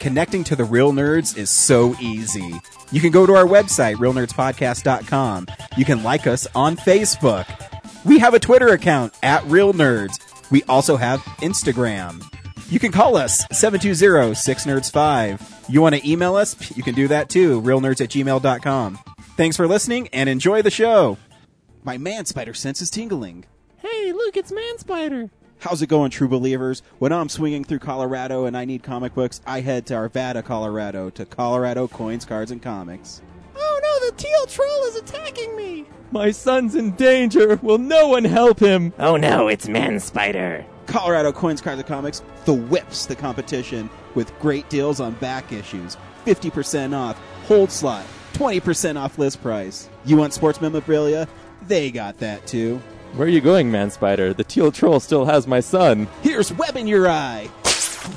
connecting to the real nerds is so easy. You can go to our website, realnerdspodcast.com. You can like us on Facebook. We have a Twitter account at Real Nerds. We also have Instagram. You can call us 720-6nerds5. You want to email us? You can do that too, realnerds at gmail.com. Thanks for listening and enjoy the show. My man spider sense is tingling. Hey, look, it's Man Spider. How's it going, true believers? When I'm swinging through Colorado and I need comic books, I head to Arvada, Colorado, to Colorado Coins, Cards, and Comics. Oh no, the teal troll is attacking me. My son's in danger. Will no one help him? Oh no, it's Man Spider. Colorado Coins, Cards, and Comics, the whips the competition with great deals on back issues, 50% off, hold slot, 20% off list price. You want sports memorabilia? They got that too. Where are you going, Man Spider? The teal troll still has my son. Here's Web in Your Eye!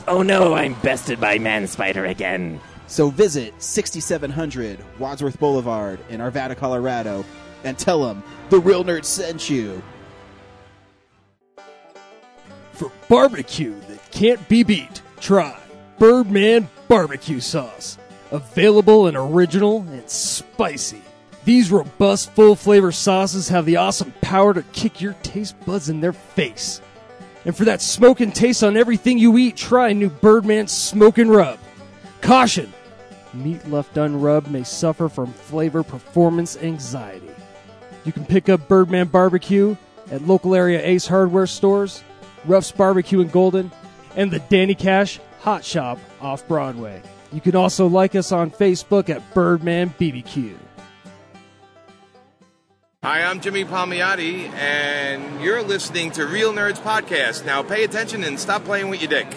Oh no, I'm bested by Man Spider again. So visit 6700 Wadsworth Boulevard in Arvada, Colorado, and tell them the real nerd sent you. For barbecue that can't be beat, try Birdman Barbecue Sauce. Available and original and spicy. These robust, full flavor sauces have the awesome power to kick your taste buds in their face. And for that smoke and taste on everything you eat, try new Birdman Smoke and Rub. Caution! Meat left unrubbed may suffer from flavor performance anxiety. You can pick up Birdman Barbecue at local area Ace Hardware stores, Ruff's Barbecue in Golden, and the Danny Cash Hot Shop off Broadway. You can also like us on Facebook at Birdman BBQ. Hi, I'm Jimmy Palmiotti, and you're listening to Real Nerds Podcast. Now pay attention and stop playing with your dick.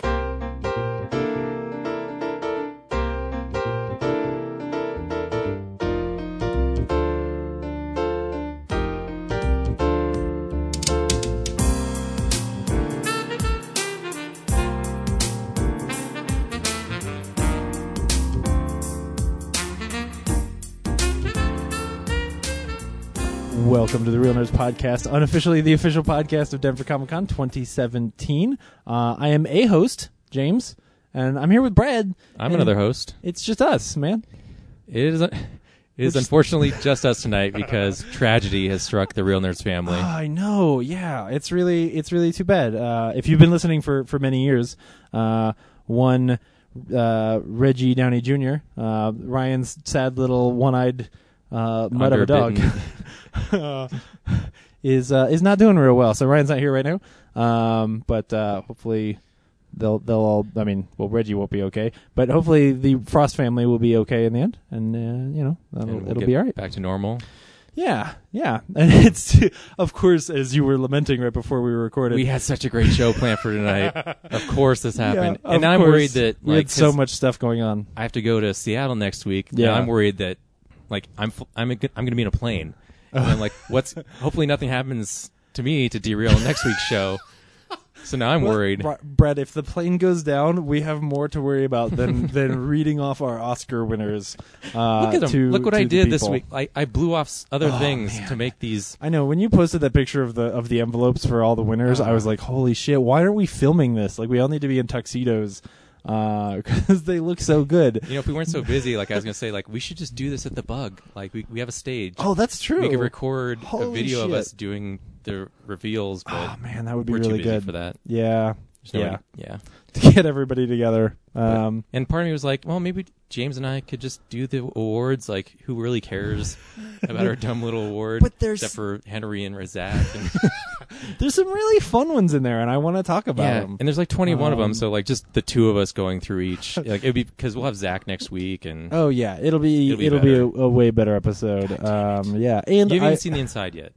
Welcome to the Real Nerds Podcast, unofficially the official podcast of Denver Comic Con 2017. Uh, I am a host, James, and I'm here with Brad. I'm And another host. It's just us, man. It is, it is unfortunately just us tonight because tragedy has struck the real nerds family. I know. Yeah, it's really it's really too bad. Uh, if you've been listening for for many years, uh, one uh, Reggie Downey Jr., uh, Ryan's sad little one-eyed uh, mud of a dog, is uh, is not doing real well. So Ryan's not here right now. Um, but uh, hopefully they'll they'll all. I mean, well Reggie won't be okay, but hopefully the Frost family will be okay in the end, and uh, you know that'll, And we'll it'll get be all right. Back to normal. Yeah, yeah, and it's of course as you were lamenting right before we recorded. We had such a great show planned for tonight. Of course, this Yeah, happened, of and I'm course, worried that we like had so 'cause much stuff going on. I have to go to Seattle next week. Yeah. and I'm worried that like I'm fl- I'm i I'm going to be in a plane, and I'm like, what's? Hopefully, nothing happens to me to derail next week's show. So now I'm worried. Br- Brett. If the plane goes down, we have more to worry about than than reading off our Oscar winners. Uh, Look at them. to- Look what to I the did this people. Oh, week. I, I blew off s- other things to make these. I know when you posted that picture of the of the envelopes for all the winners, I was Uh-huh. like, "Holy shit! Why aren't we filming this? Like, we all need to be in tuxedos because they look so good." You know, if we weren't so busy, like I was gonna say, like we should just do this at the bug. Like we, we have a stage. Oh, that's true. we could record a Holy video of shit. us doing the reveals. But Oh man, that would be we're really too busy good for that. Yeah, There's no yeah. way- yeah. to get everybody together. Um, And part of me was like, well, maybe James and I could just do the awards. Like, who really cares about our dumb little award? But there's- except for Henry and Razak. And, there's some really fun ones in there, and I want to talk about yeah, them. and there's like 21 of Um, them. So like just the two of us going through each. Like it'd be because we'll have Zach next week, and oh yeah, it'll be it'll It'll be, be a, a way better episode. Um, yeah, and you haven't I, even seen the inside yet.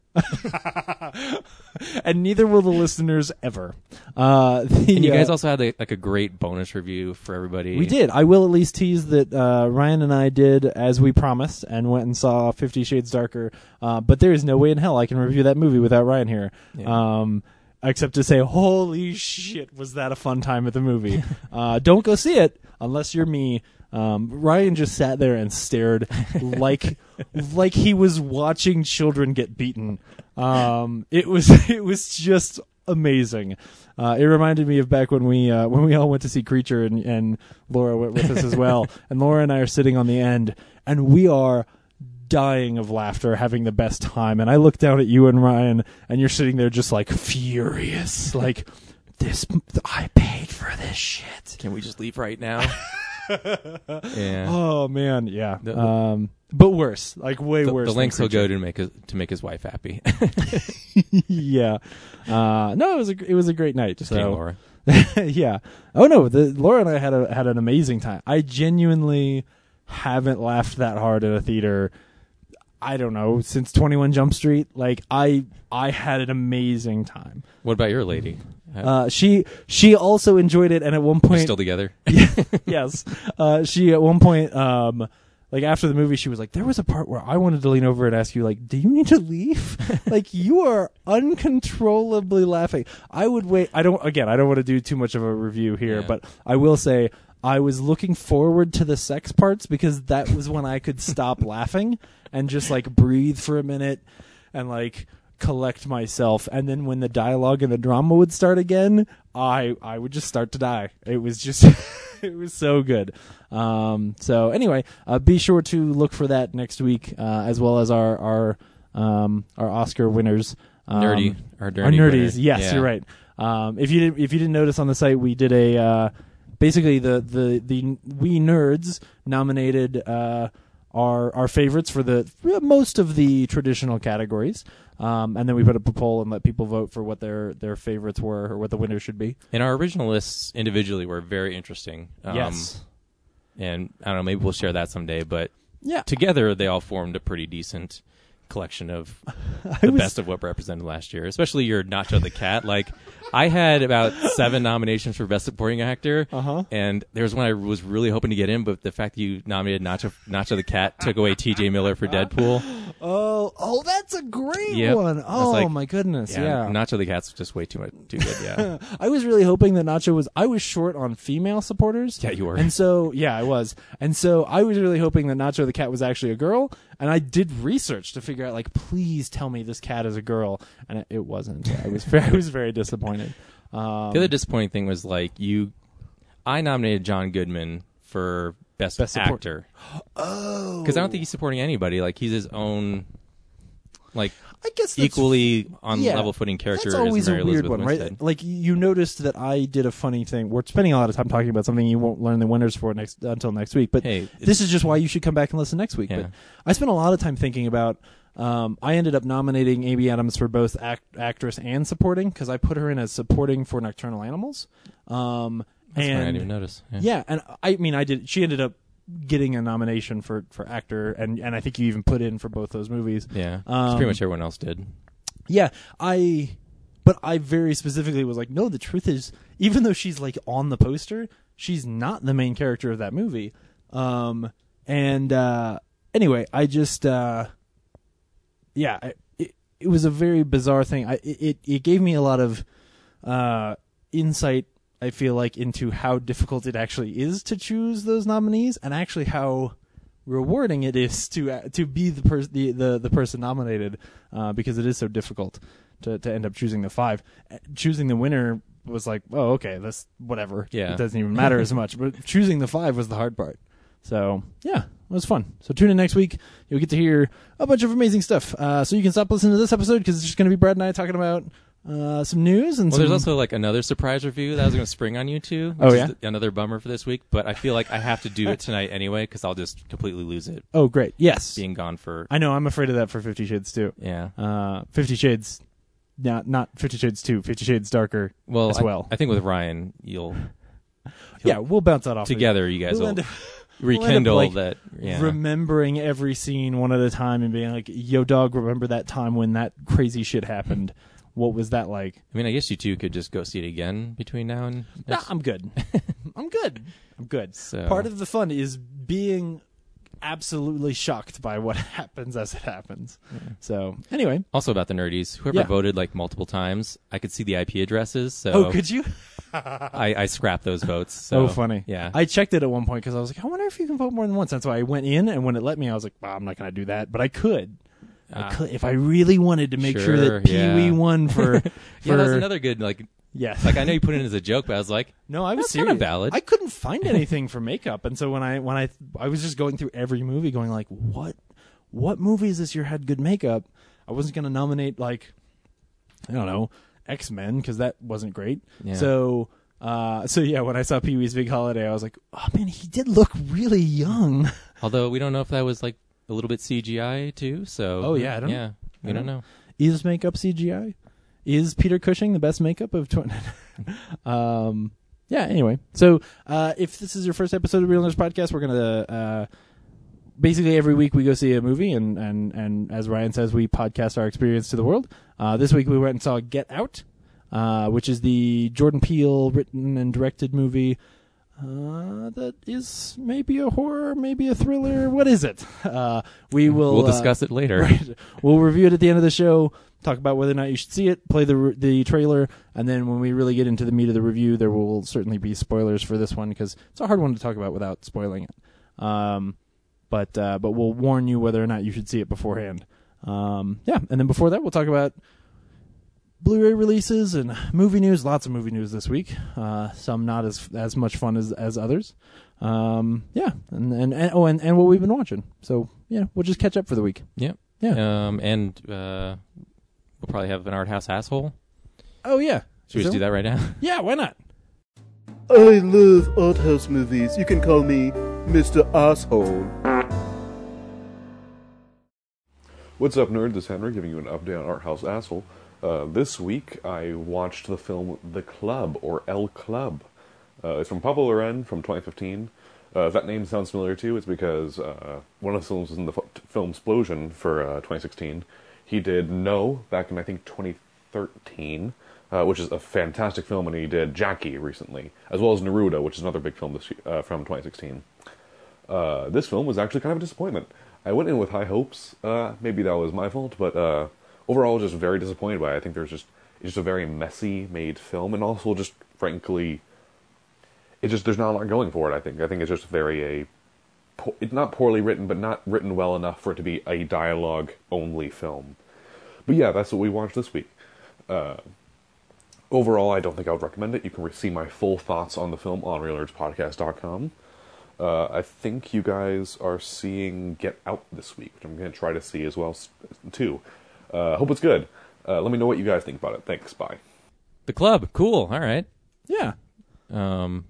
and neither will the listeners ever. Uh, the, And you guys uh, also had like, like a great bonus review for everybody. We did. I will at least tease that uh, Ryan and I did as we promised and went and saw Fifty Shades Darker. Uh, but there is no way in hell I can review that movie without Ryan here. Um, except to say, holy shit, was that a fun time at the movie? uh, don't go see it unless you're me. Um, Ryan just sat there and stared like like he was watching children get beaten. Um, it was it was just amazing. Uh, it reminded me of back when we uh, when we all went to see Creature and, and Laura went with us as well. and Laura and I are sitting on the end, and we are dying of laughter, having the best time. And I look down at you and Ryan, and you're sitting there just like furious, like this. I paid for this shit. Can we just leave right now? yeah. Oh man, yeah. The- the- um, but worse, like way the, worse. the than lengths he'll Creature. go to make his, to make his wife happy. yeah. Uh, no, it was a it was a great night. just so. kidding, Laura. yeah. Oh no, the Laura and I had a had an amazing time. I genuinely haven't laughed that hard at a theater. I don't know since Twenty One Jump Street. Like I I had an amazing time. What about your lady? Uh, Uh, she she also enjoyed it, and at one you point still together? yes. Uh, she at one point, um, like after the movie, she was like, "There was a part where I wanted to lean over and ask you, like, do you need to leave? like, you are uncontrollably laughing." I would wait. I don't. Again, I don't want to do too much of a review here, Yeah. but I will say. I was looking forward to the sex parts because that was when I could stop laughing and just like breathe for a minute and like collect myself and then when the dialogue and the drama would start again i i would just start to die it was just it was so good um so anyway uh, be sure to look for that next week uh, as well as our our um our oscar winners um, Nerdy, our our nerdy nerdies winner. yes Yeah. you're right um if you didn't if you didn't notice on the site we did a uh basically the the the we nerds nominated uh our our favorites for the most of the traditional categories um and then we put up a poll and let people vote for what their their favorites were or what the winners should be And our original lists individually were very interesting. Um, And I don't know, maybe we'll share that someday. But yeah together, they all formed a pretty decent collection of I the was- best of what represented last year, especially your Nacho the Cat. Like, I had about seven nominations for Best Supporting Actor, Uh-huh. and there was one I was really hoping to get in, but the fact that you nominated Nacho, Nacho the Cat took away T.J. Miller for Deadpool. oh oh that's a great Yep. I one. was Oh like, my goodness yeah, Nacho the Cat's just way too much, too good. Yeah, I was really hoping that Nacho was. I was short on female supporters. Yeah, you were. And so, yeah, I was. And so, I was really hoping that Nacho the cat was actually a girl. And I did research to figure out, like, please tell me this cat is a girl. And it, it wasn't. I was. Very, I was very disappointed. Um, the other disappointing thing was like you, I nominated John Goodman for Best, Best Support- Actor. Oh, because I don't think he's supporting anybody. Like he's his own. Like I guess that's equally on yeah. level footing character That's always as Mary a weird Elizabeth one, Winstead. right? Like you noticed that I did a funny thing. We're spending a lot of time talking about something you won't learn the winners for next until next week. But Hey, it's- this is just why you should come back and listen next week. Yeah. But I spent a lot of time thinking about. Um, I ended up nominating Amy Adams for both act- actress and supporting because I put her in as supporting for Nocturnal Animals. Um, That's funny, I and didn't even notice. Yeah. yeah, and I mean, I did. She ended up getting a nomination for for actor, and and I think you even put in for both those movies. Yeah. 'Cause Um, pretty much everyone else did. Yeah, I. But I very specifically was like, no. The truth is, even though she's like on the poster, she's not the main character of that movie. Um, and uh, anyway, I just, uh, yeah, I, it, it was a very bizarre thing. I it it- it gave me a lot of uh, insight. I feel like into how difficult it actually is to choose those nominees, and actually how rewarding it is to uh, to be the person the, the the person nominated uh, because it is so difficult to to end up choosing the five. Uh, Choosing the winner was like, oh, okay, that's whatever. Yeah. it doesn't even matter as much. But choosing the five was the hard part. So yeah, it was fun. So tune in next week. You'll get to hear a bunch of amazing stuff. Uh, so you can stop listening to this episode because it's just going to be Brad and I talking about uh, some news and Well, some. there's also like another surprise review that I was going to spring on you too. Which Oh, is yeah? th- another bummer for this week, but I feel like I have to do it tonight anyway because I'll just completely lose it oh, great! Yes, being gone for. I know. I'm afraid of that for Fifty Shades too. Yeah. Uh, Fifty Shades, not not Fifty Shades two. Fifty Shades Darker. Well, as I- well. I, think with Ryan, you'll yeah, we'll bounce that off of together you guys We'll will end up- end up, rekindle like, that. Yeah. remembering every scene one at a time and being like, "Yo, dog, remember that time when that crazy shit happened? What was that like?" I mean, I guess you two could just go see it again between now and. Nah, next- I'm good. I'm good. I'm good. So- Part of the fun is being absolutely shocked by what happens as it happens. So anyway, Also about the nerdies, whoever Yeah. voted like multiple times, I could see the IP addresses, so oh, could you? I, I scrapped those votes. So oh, funny. Yeah, I checked it at one point because I was like, I wonder if you can vote more than once. That's why I went in, and when it let me, I was like, well, I'm not going to do that, but I could. Ah. I could, if I really wanted to make sure, Sure, that Pee Wee yeah. won for, for yeah, that's another good like. yes, Like I know you put it in as a joke, but I was like, No, I was That's kinda serious. valid. I couldn't find anything for makeup, and so when I when I I was just going through every movie, going like, what what movies this year had good makeup? I wasn't going to nominate like I don't know X Men because that wasn't great. Yeah. So. Uh, so yeah, when I saw Pee Wee's Big Holiday, I was like, "Oh man, he did look really young." although we don't know if that was like a little bit CGI too. So Oh, yeah, I don't- yeah, we I don't, don't- know. Is makeup CGI? Is Peter Cushing the best makeup of 20? um, yeah, anyway. So, uh, if this is your first episode of Real Nerds Podcast, we're going to. Uh, Basically, every week we go see a movie, and, and, and as Ryan says, we podcast our experience to the world. Uh, this week we went and saw Get Out, uh, which is the Jordan Peele written and directed movie uh, that is maybe a horror, maybe a thriller. What is it? Uh, we will We'll uh, discuss it later. Right. We'll review it at the end of the show. Talk about whether or not you should see it. Play the the trailer, and then when we really get into the meat of the review, there will certainly be spoilers for this one because it's a hard one to talk about without spoiling it. Um, but uh, but we'll warn you whether or not you should see it beforehand. Um, yeah, and then before that, we'll talk about Blu-ray releases and movie news. Lots of movie news this week. Uh, some not as as much fun as as others. Um, yeah, and, and and oh, and and what we've been watching. So yeah, we'll just catch up for the week. Yep. Yeah. Um, and uh, we'll probably have an art house asshole. Oh yeah. Should we just do that right now? Yeah, why not? I love art house movies. You can call me Mr. Asshole. What's up, nerd? This is Henry giving you an update on Art House Asshole. Uh, this week, I watched the film The Club, or El Club. Uh, it's from Pablo Loren from 2015. Uh, if that name sounds familiar to you, it's because uh, one of the films was in the f- film Explosion for uh, 2016. He did No back in, I think, 2013, uh, which is a fantastic film, and he did Jackie recently, as well as Neruda, which is another big film this, y- uh, from 2016 uh, this film was actually kind of a disappointment. I went in with high hopes. Uh, maybe that was my fault, but uh, overall, just very disappointed by. It. I think there's just it's just a very messy made film, and also just frankly, it just there's not a lot going for it. I think. I think it's just very a po- it's not poorly written, but not written well enough for it to be a dialogue only film. But yeah, that's what we watched this week. Uh, overall, I don't think I would recommend it. You can re- see my full thoughts on the film on RealNerdsPodcast.com. Uh, I think you guys are seeing Get Out this week, which I'm going to try to see as well s- too. Uh, hope it's good. Uh, let me know what you guys think about it. Thanks. Bye. The club, cool. All right. Yeah. Um,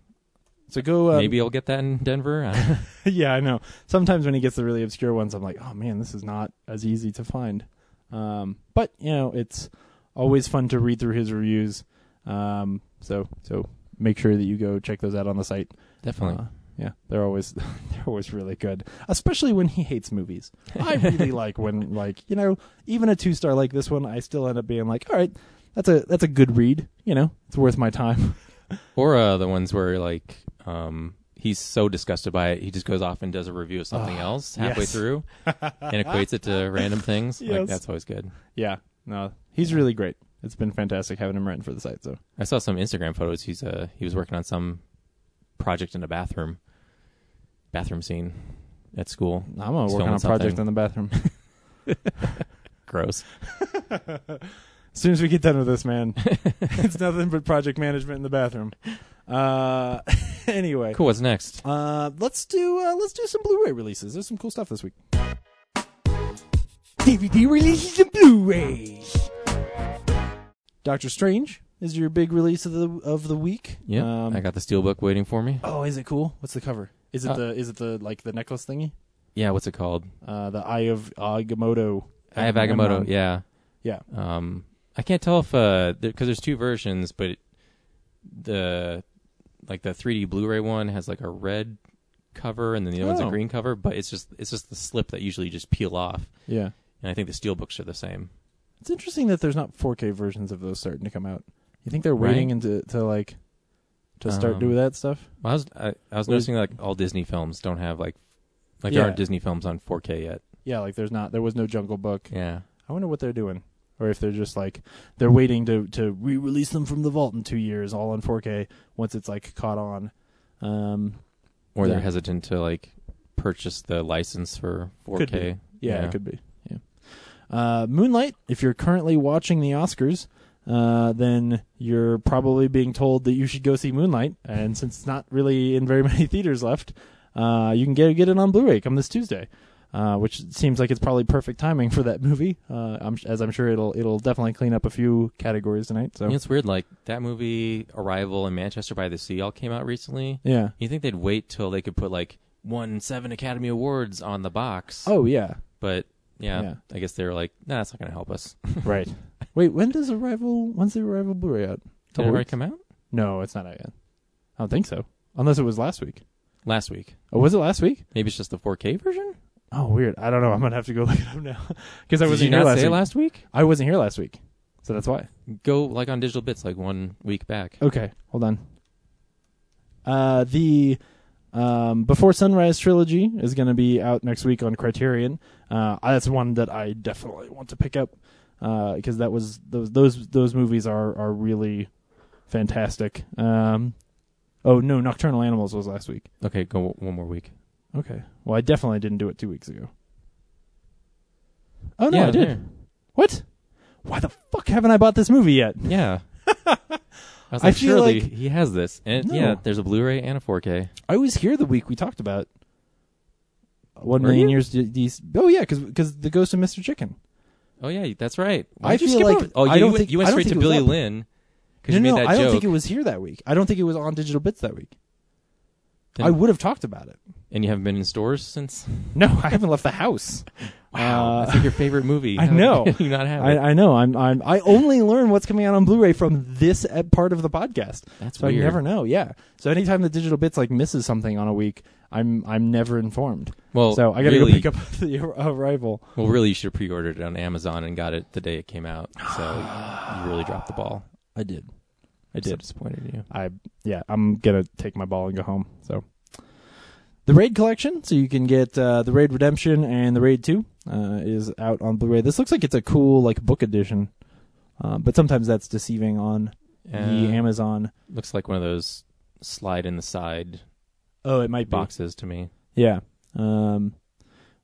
So go. Uh, maybe I'll get that in Denver. I don't know. yeah, I know. Sometimes when he gets the really obscure ones, I'm like, oh man, this is not as easy to find. Um, but you know, it's always fun to read through his reviews. Um, so so make sure that you go check those out on the site. Definitely. Uh, yeah, they're always they're always really good, especially when he hates movies. I really like when like you know even a two star like this one, I still end up being like, all right, that's a that's a good read. You know, it's worth my time. or uh, the ones where like um, he's so disgusted by it, he just goes off and does a review of something else halfway Ah, yes. through, and equates it to random things. Yes. Like that's always good. Yeah, no, he's really great. It's been fantastic having him writing for the site. So I saw some Instagram photos. He's uh, he was working on some project in a bathroom, bathroom scene at school. I'm gonna He's work on filming a project something. in the bathroom. as Gross. soon as we get done with this, man, it's nothing but project management in the bathroom. Uh, anyway, Cool. What's next? Uh, let's do uh, let's do some Blu-ray releases. There's some cool stuff this week. DVD releases and Blu-rays. Doctor Strange is your big release of the of the week. Yeah, Um, I got the steelbook waiting for me. oh, is it cool? What's the cover? Is it Uh, the is it the like the necklace thingy? Yeah, what's it called? Uh, the Eye of Agamotto. I have Agamotto. Yeah. Yeah. Um, I can't tell if uh, because there's two versions, but it- the like the 3D Blu-ray one has like a red cover, and then the other one's a Oh. green cover. But it's just it's just the slip that usually just peel off, Yeah. and I think the steelbooks are the same. It's interesting that there's not 4K versions of those starting to come out. You think they're waiting Right. into to like to start Um, doing that stuff? Well, I was I, I was What is- noticing like all Disney films don't have like like Yeah. there aren't Disney films on 4K yet. Yeah, like there's not there was no Jungle Book. Yeah. I wonder what they're doing, or if they're just like they're waiting to to re-release them from the vault in two years, all on 4K once it's like caught on. Um, Or they're Yeah. hesitant to like purchase the license for 4K. Could be. Yeah, Yeah. it could be. Yeah. Uh, Moonlight, if you're currently watching the Oscars, uh, then you're probably being told that you should go see Moonlight. And since it's not really in very many theaters left, uh, you can get get it on Blu-ray come this Tuesday, uh, which seems like it's probably perfect timing for that movie. Uh, I'm, as I'm sure it'll it'll definitely clean up a few categories tonight. So You know, it's weird. Like that movie Arrival and Manchester by the Sea all came out recently. yeah. You think they'd wait till they could put like one seven Academy Awards on the box? Oh yeah. but yeah, Yeah. I guess they were like, nah, that's not gonna help us. Right. Wait, when does Arrival? When's the Arrival Blu-ray out? Did it already come out No, it's not out yet. I don't think so. Unless it was last week. last week? Oh, was it last week? Maybe it's just the 4K version. Oh, weird. I don't know. I'm gonna have to go look it up now because I Did wasn't you here not last say week. last week? I wasn't here last week, so that's why. Go like on digital bits, like one week back. Okay, hold on. Uh, the um, Before Sunrise trilogy is going to be out next week on Criterion. Uh, that's one that I definitely want to pick up because that was those those those movies are are really fantastic. Um, oh no, Nocturnal Animals was last week. Okay, go one more week. Okay, well I definitely didn't do it two weeks ago. Oh no, yeah, I did. there. What? Why the fuck haven't I bought this movie yet? Yeah. I was I like, feel surely like- he has this, and No. yeah, there's a Blu-ray and a 4K. I was here the week we talked about one Were million you? years. D- D- oh yeah, because the ghost of Mr. Chicken. Oh yeah, that's right. I did you skip feel like- over- oh, I you, don't went, think- you went I don't straight to think it was Billy up. Lynn because No, you made no, that I don't joke, think it was here that week. I don't think it was on digital bits that week. Then- I would have talked about it. and you haven't been in stores since. No, I haven't left the house. Wow, Uh, that's like your favorite movie. I How know. did you not have I, it. I know. I'm, I'm. I only learn what's coming out on Blu-ray from this ep- part of the podcast. That's so weird. I never know. Yeah. So anytime the digital bits like misses something on a week, I'm I'm never informed. Well, so I gotta really- go pick up the arrival. Well, really, you should have pre-ordered it on Amazon and got it the day it came out. So you really dropped the ball. I did. I I'm so did. disappointed in you. I yeah, I'm gonna take my ball and go home. So the Raid collection, so you can get uh, the Raid Redemption and the Raid Two uh, is out on Blu-ray. This looks like it's a cool like book edition, uh, but sometimes that's deceiving on the Uh, Amazon. Looks like one of those slide in the side Oh, it might boxes to me. Yeah. Um.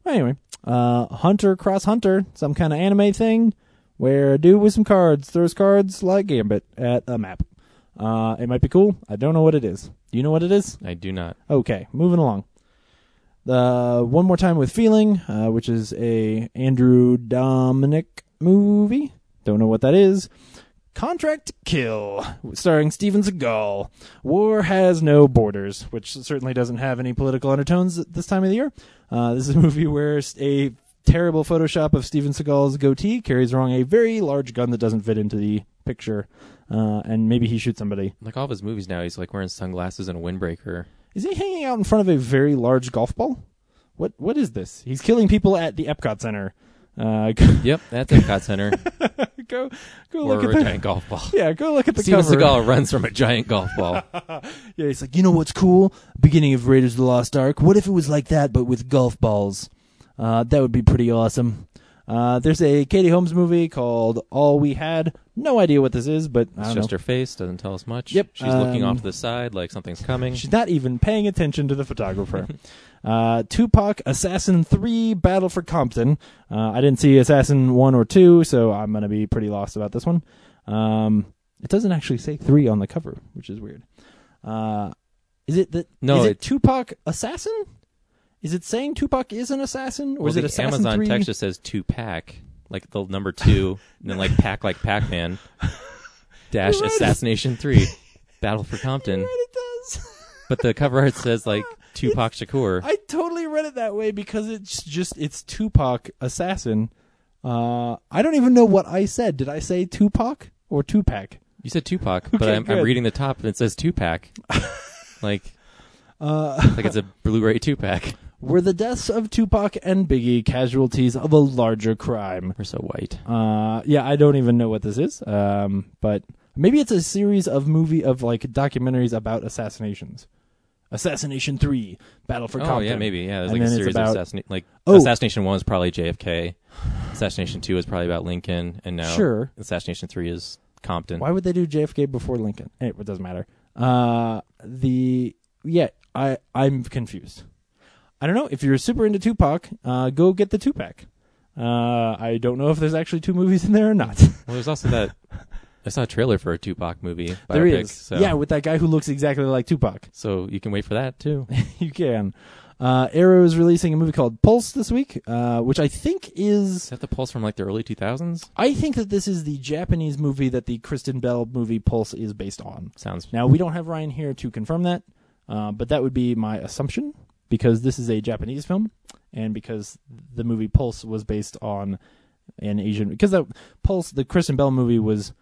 well, anyway, uh, Hunter Cross Hunter, some kind of anime thing where a dude with some cards throws cards like Gambit at a map. Uh, it might be cool. I don't know what it is. Do you know what it is? I do not. Okay, moving along. Uh, one more time with feeling, uh, which is a Andrew Dominic movie. Don't know what that is. Contract to Kill, starring Steven Seagal. War has no borders, which certainly doesn't have any political undertones at this time of the year. Uh, this is a movie where a terrible Photoshop of Steven Seagal's goatee carries along a very large gun that doesn't fit into the picture, uh, and maybe he shoots somebody. Like all of his movies now, he's like wearing sunglasses and a windbreaker. Is he hanging out in front of a very large golf ball? What what is this? He's killing people at the Epcot Center. Uh, go Yep, that's Epcot Center go, go or look at a the giant golf ball. yeah. Go look at the Steven cover. Seagal runs from a giant golf ball. Yeah, he's like, you know what's cool? Beginning of Raiders of the Lost Ark. What if it was like that, but with golf balls? Uh, that would be pretty awesome. Uh, there's a Katie Holmes movie called All We Had. No idea what this is, but I It's don't just know. her face, doesn't tell us much. Yep, She's looking um, off to the side like something's coming. She's not even paying attention to the photographer. uh, Tupac Assassin 3 Battle for Compton. Uh, I didn't see Assassin 1 or 2, so I'm going to be pretty lost about this one. Um, it doesn't actually say 3 on the cover, which is weird. Uh, is it that No, is it, it- Tupac Assassin? Is it saying Tupac is an assassin or Well, is it the Assassin Amazon 3? text just says two pack, like the number two, and then like pack like Pac Man, dash assassination three, battle for Compton. Right, it does. But the cover art says like Tupac Shakur. I totally read it that way because it's just it's Tupac assassin. Uh, I don't even know what I said. Did I say Tupac or Tupac? You said Tupac, but Okay, I'm, I'm good. reading the top and it says two pack, like Uh, like it's a Blu-ray two pack. were the deaths of Tupac and Biggie casualties of a larger crime? We're so white. Uh, yeah, I don't even know what this is. Um, but maybe it's a series of movie of like documentaries about assassinations. Assassination Three: Battle for oh Compton. yeah, maybe yeah. There's And like a then it's series about- of assassination. Like Oh. assassination one is probably JFK. Assassination two is probably about Lincoln, and now Sure. assassination three is Compton. Why would they do JFK before Lincoln? Eh, It doesn't matter. Uh, the yeah, I I'm confused. I don't know if you're super into Tupac. Uh, go get the two pack. Uh, I don't know if there's actually two movies in there or not. Well, there's also that. I saw a trailer for a Tupac movie. Biopic, there is. So, Yeah, with that guy who looks exactly like Tupac. so you can wait for that too. you can. Uh, Arrow is releasing a movie called Pulse this week, uh, which I think Is is. that the pulse from like the early 2000s? I think that this is the Japanese movie that the Kristen Bell movie Pulse is based on. Sounds. Now, we don't have Ryan here to confirm that, uh, but that would be my assumption because this is a Japanese film and because the movie Pulse was based on an Asian. Because that Pulse, the Kristen Bell movie, was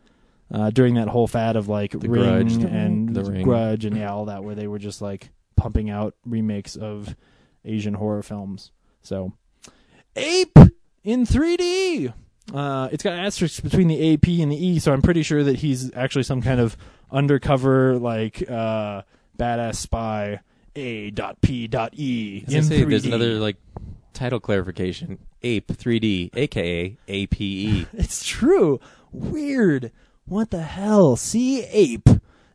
uh, during that whole fad of like The Ring Grudge. and The Ring. Grudge and yeah, all that, where they were just like pumping out remakes of Asian horror films. So, Ape in 3D. Uh, it's got asterisks between the AP and the E, so I'm pretty sure that he's actually some kind of undercover, like uh, badass spy. A dot P dot E As I in say, 3D. there's another like title clarification. Ape 3D, aka APE. It's true. Weird. What the hell? Sea ape.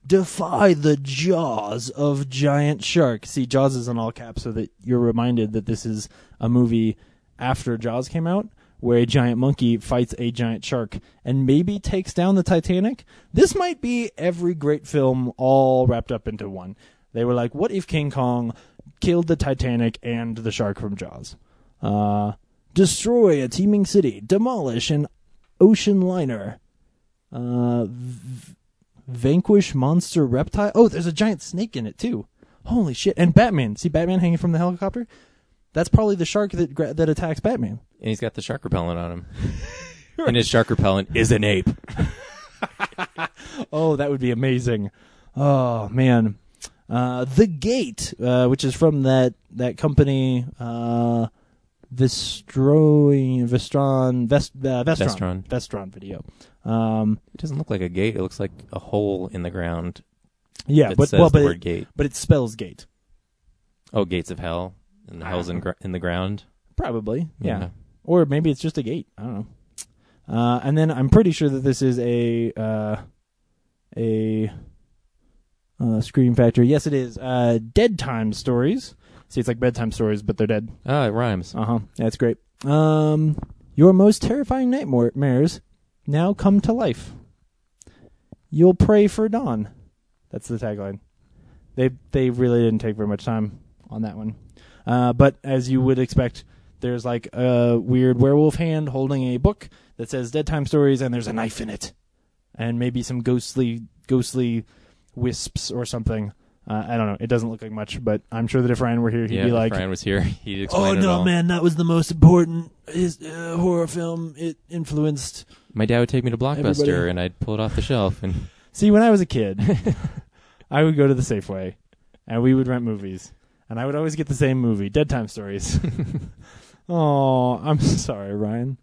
Defy the jaws of giant shark. See, Jaws is in all caps so that you're reminded that this is a movie after Jaws came out where a giant monkey fights a giant shark and maybe takes down the Titanic. This might be every great film all wrapped up into one. They were like, what if King Kong killed the Titanic and the shark from Jaws? Uh, destroy a teeming city, demolish an ocean liner, uh, v- vanquish monster reptile. Oh, there's a giant snake in it too. Holy shit! And Batman. See Batman hanging from the helicopter. That's probably the shark that gra- that attacks Batman. and he's got the shark repellent on him. and his shark repellent is an ape. Oh, that would be amazing. Oh man, uh, the Gate, uh, which is from that that company, uh, Vistroin, Vestron, Vest, uh, Vestron, Vestron. Vestron Video. Um, It doesn't look like a gate. It looks like a hole in the ground yeah, that but says well, the but word it, gate. but it spells gate. Oh, gates of hell, and the hell's in, gr- in the ground. Probably, yeah. Yeah. Or maybe it's just a gate. I don't know. Uh, and then I'm pretty sure that this is a uh, a uh, Scream Factory. Yes, it is. Uh, dead time stories. See, it's like bedtime stories, but they're dead. Ah, it rhymes. Uh huh. That's great. Um, your most terrifying nightmares now come to life. You'll pray for dawn. That's the tagline. They they really didn't take very much time on that one, uh, but as you would expect, there's like a weird werewolf hand holding a book that says dead time stories, and there's a knife in it, and maybe some ghostly ghostly wisps or something. Uh, I don't know. It doesn't look like much, but I'm sure that if Ryan were here, he'd yeah, be if like, Ryan was here. He'd explain Oh it no, all. man, that was the most important his, uh, horror film. It influenced. My dad would take me to Blockbuster, Everybody- and I'd pull it off the shelf. And See, when I was a kid, I would go to the Safeway and we would rent movies. And I would always get the same movie, Dead Time Stories. oh, I'm sorry, Ryan.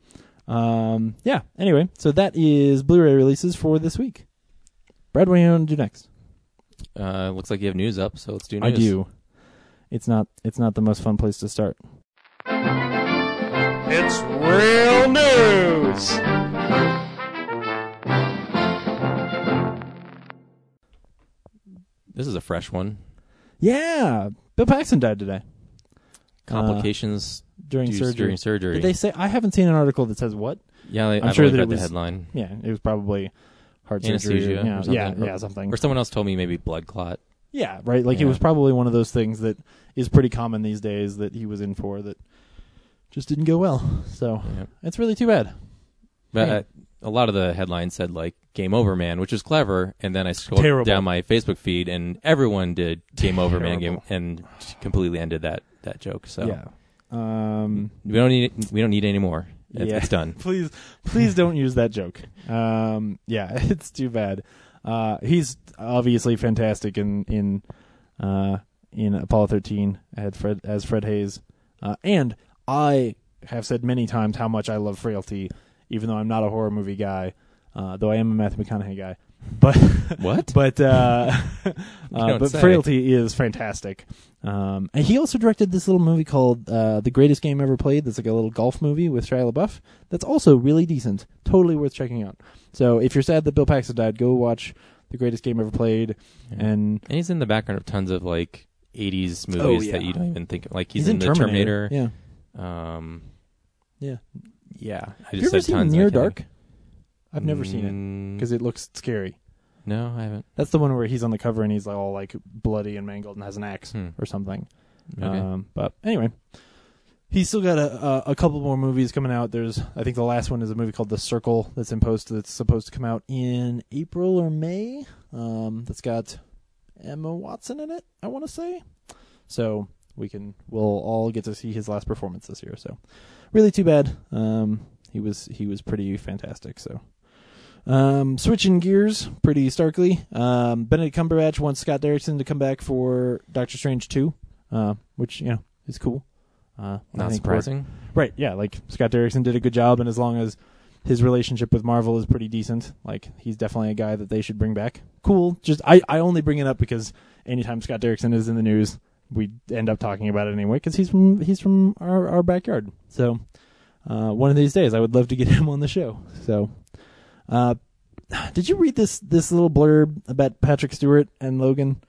Um, yeah, anyway, so that is Blu ray releases for this week. Brad, what do you want to do next? uh, looks like you have news up, so let's do news. I do. It's not it's not the most fun place to start. It's real news. This is a fresh one. Uh, Yeah. Bill Paxton died today Complications during due- surgery. during surgery. Did they say I haven't seen an article that says what? yeah, I, I'm I've sure only that it read the was- headline. Yeah, it was probably heart surgery. Anesthesia yeah, or something. yeah, Or- yeah, something. Or someone else told me maybe blood clot. Yeah, right. Like it Yeah. was probably one of those things that is pretty common these days that he was in for that just didn't go well. So Yeah. it's really too bad. But Yeah. uh, a lot of the headlines said like "Game Over Man," which is clever. And then I scrolled Terrible. down my Facebook feed, and everyone did "Game Over Man" game, Terrible. and completely ended that that joke. So Yeah. Um, we don't need we don't need any more. It- Yeah. It's done. please, please don't use that joke. Um, yeah, it's too bad. Uh, he's obviously fantastic in in uh, in Apollo 13 at Fred, as Fred Hayes, uh, and I have said many times how much I love Frailty, even though I'm not a horror movie guy, uh, though I am a Matthew McConaughey guy. But What? But uh, uh, don't but say. Frailty is fantastic. Um, and he also directed this little movie called uh, "The Greatest Game Ever Played." That's like a little golf movie with Shia LaBeouf. That's also really decent. Totally worth checking out. So if you're sad that Bill Paxton died, go watch "The Greatest Game Ever Played." Yeah. And And he's in the background of tons of like '80s movies Oh, yeah. that you don't even think of. Like he's, in, the Terminator. Yeah, Um, yeah. Yeah. I Have just you ever said tons seen and I Near can't think- Dark? I've never seen it Mm. because it looks scary. No, I haven't. That's the one where he's on the cover and he's like all like bloody and mangled and has an axe Hmm. or something. Okay. Um, but anyway, he's still got a, a a couple more movies coming out. There's I think the last one is a movie called The Circle that's in post that's supposed to come out in April or May. Um, that's got Emma Watson in it. I want to say so. We can we'll all get to see his last performance this year. So really too bad. Um, he was he was pretty fantastic. So. Um, switching gears pretty starkly. Um, Benedict Cumberbatch wants Scott Derrickson to come back for Doctor Strange two, uh, which you know is cool. Uh, I Not think surprising. we're- right? Yeah, like Scott Derrickson did a good job, and as long as his relationship with Marvel is pretty decent, like he's definitely a guy that they should bring back. Cool. Just I I only bring it up because anytime Scott Derrickson is in the news, we end up talking about it anyway because he's from he's from our our backyard. So uh, one of these days, I would love to get him on the show. So. Uh, did you read this this little blurb about Patrick Stewart and Logan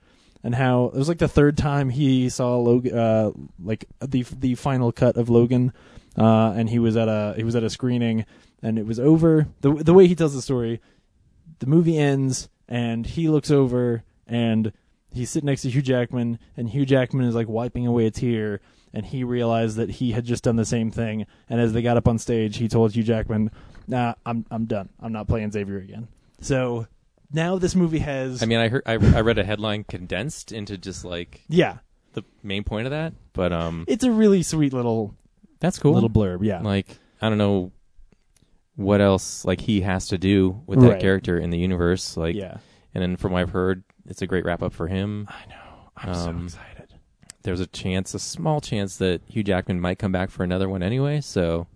and how it was like the third time he saw Logan uh like the the final cut of Logan uh and he was at a he was at a screening and it was over the the way he tells the story the movie ends and he looks over and he's sitting next to Hugh Jackman and Hugh Jackman is like wiping away a tear and he realized that he had just done the same thing and as they got up on stage he told Hugh Jackman nah I'm I'm done I'm not playing Xavier again so now this movie has I mean, I heard I, I read a headline condensed into just like yeah the main point of that, but um, it's a really sweet little that's cool. little blurb yeah Like I don't know what else like he has to do with that Right. character in the universe. Like yeah and then from what I've heard, it's a great wrap up for him. I know I'm so Um, excited There's a chance, a small chance that Hugh Jackman might come back for another one anyway. So,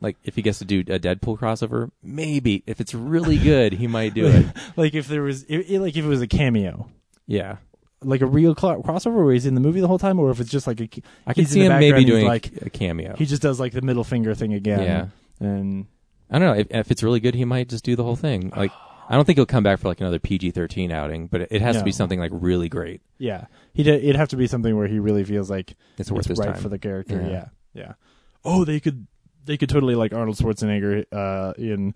like if he gets to do a Deadpool crossover, maybe if it's really good, he might do it. like if there was it, it- like if it was a cameo Yeah. like a real cl- crossover where he's in the movie the whole time or if it's just like a I can He's in see the him maybe background, he's doing like- a cameo. he just does like the middle finger thing again Yeah. and I don't know if, if it's really good. He might just do the whole thing. Like, I don't think he'll come back for like another PG thirteen outing, but it, it has to be No. something like really great. yeah he did, it'd have to be something where he really feels like It's worth it's his right time. for the character. Yeah. Yeah. yeah, Oh, they could they could totally like Arnold Schwarzenegger uh, in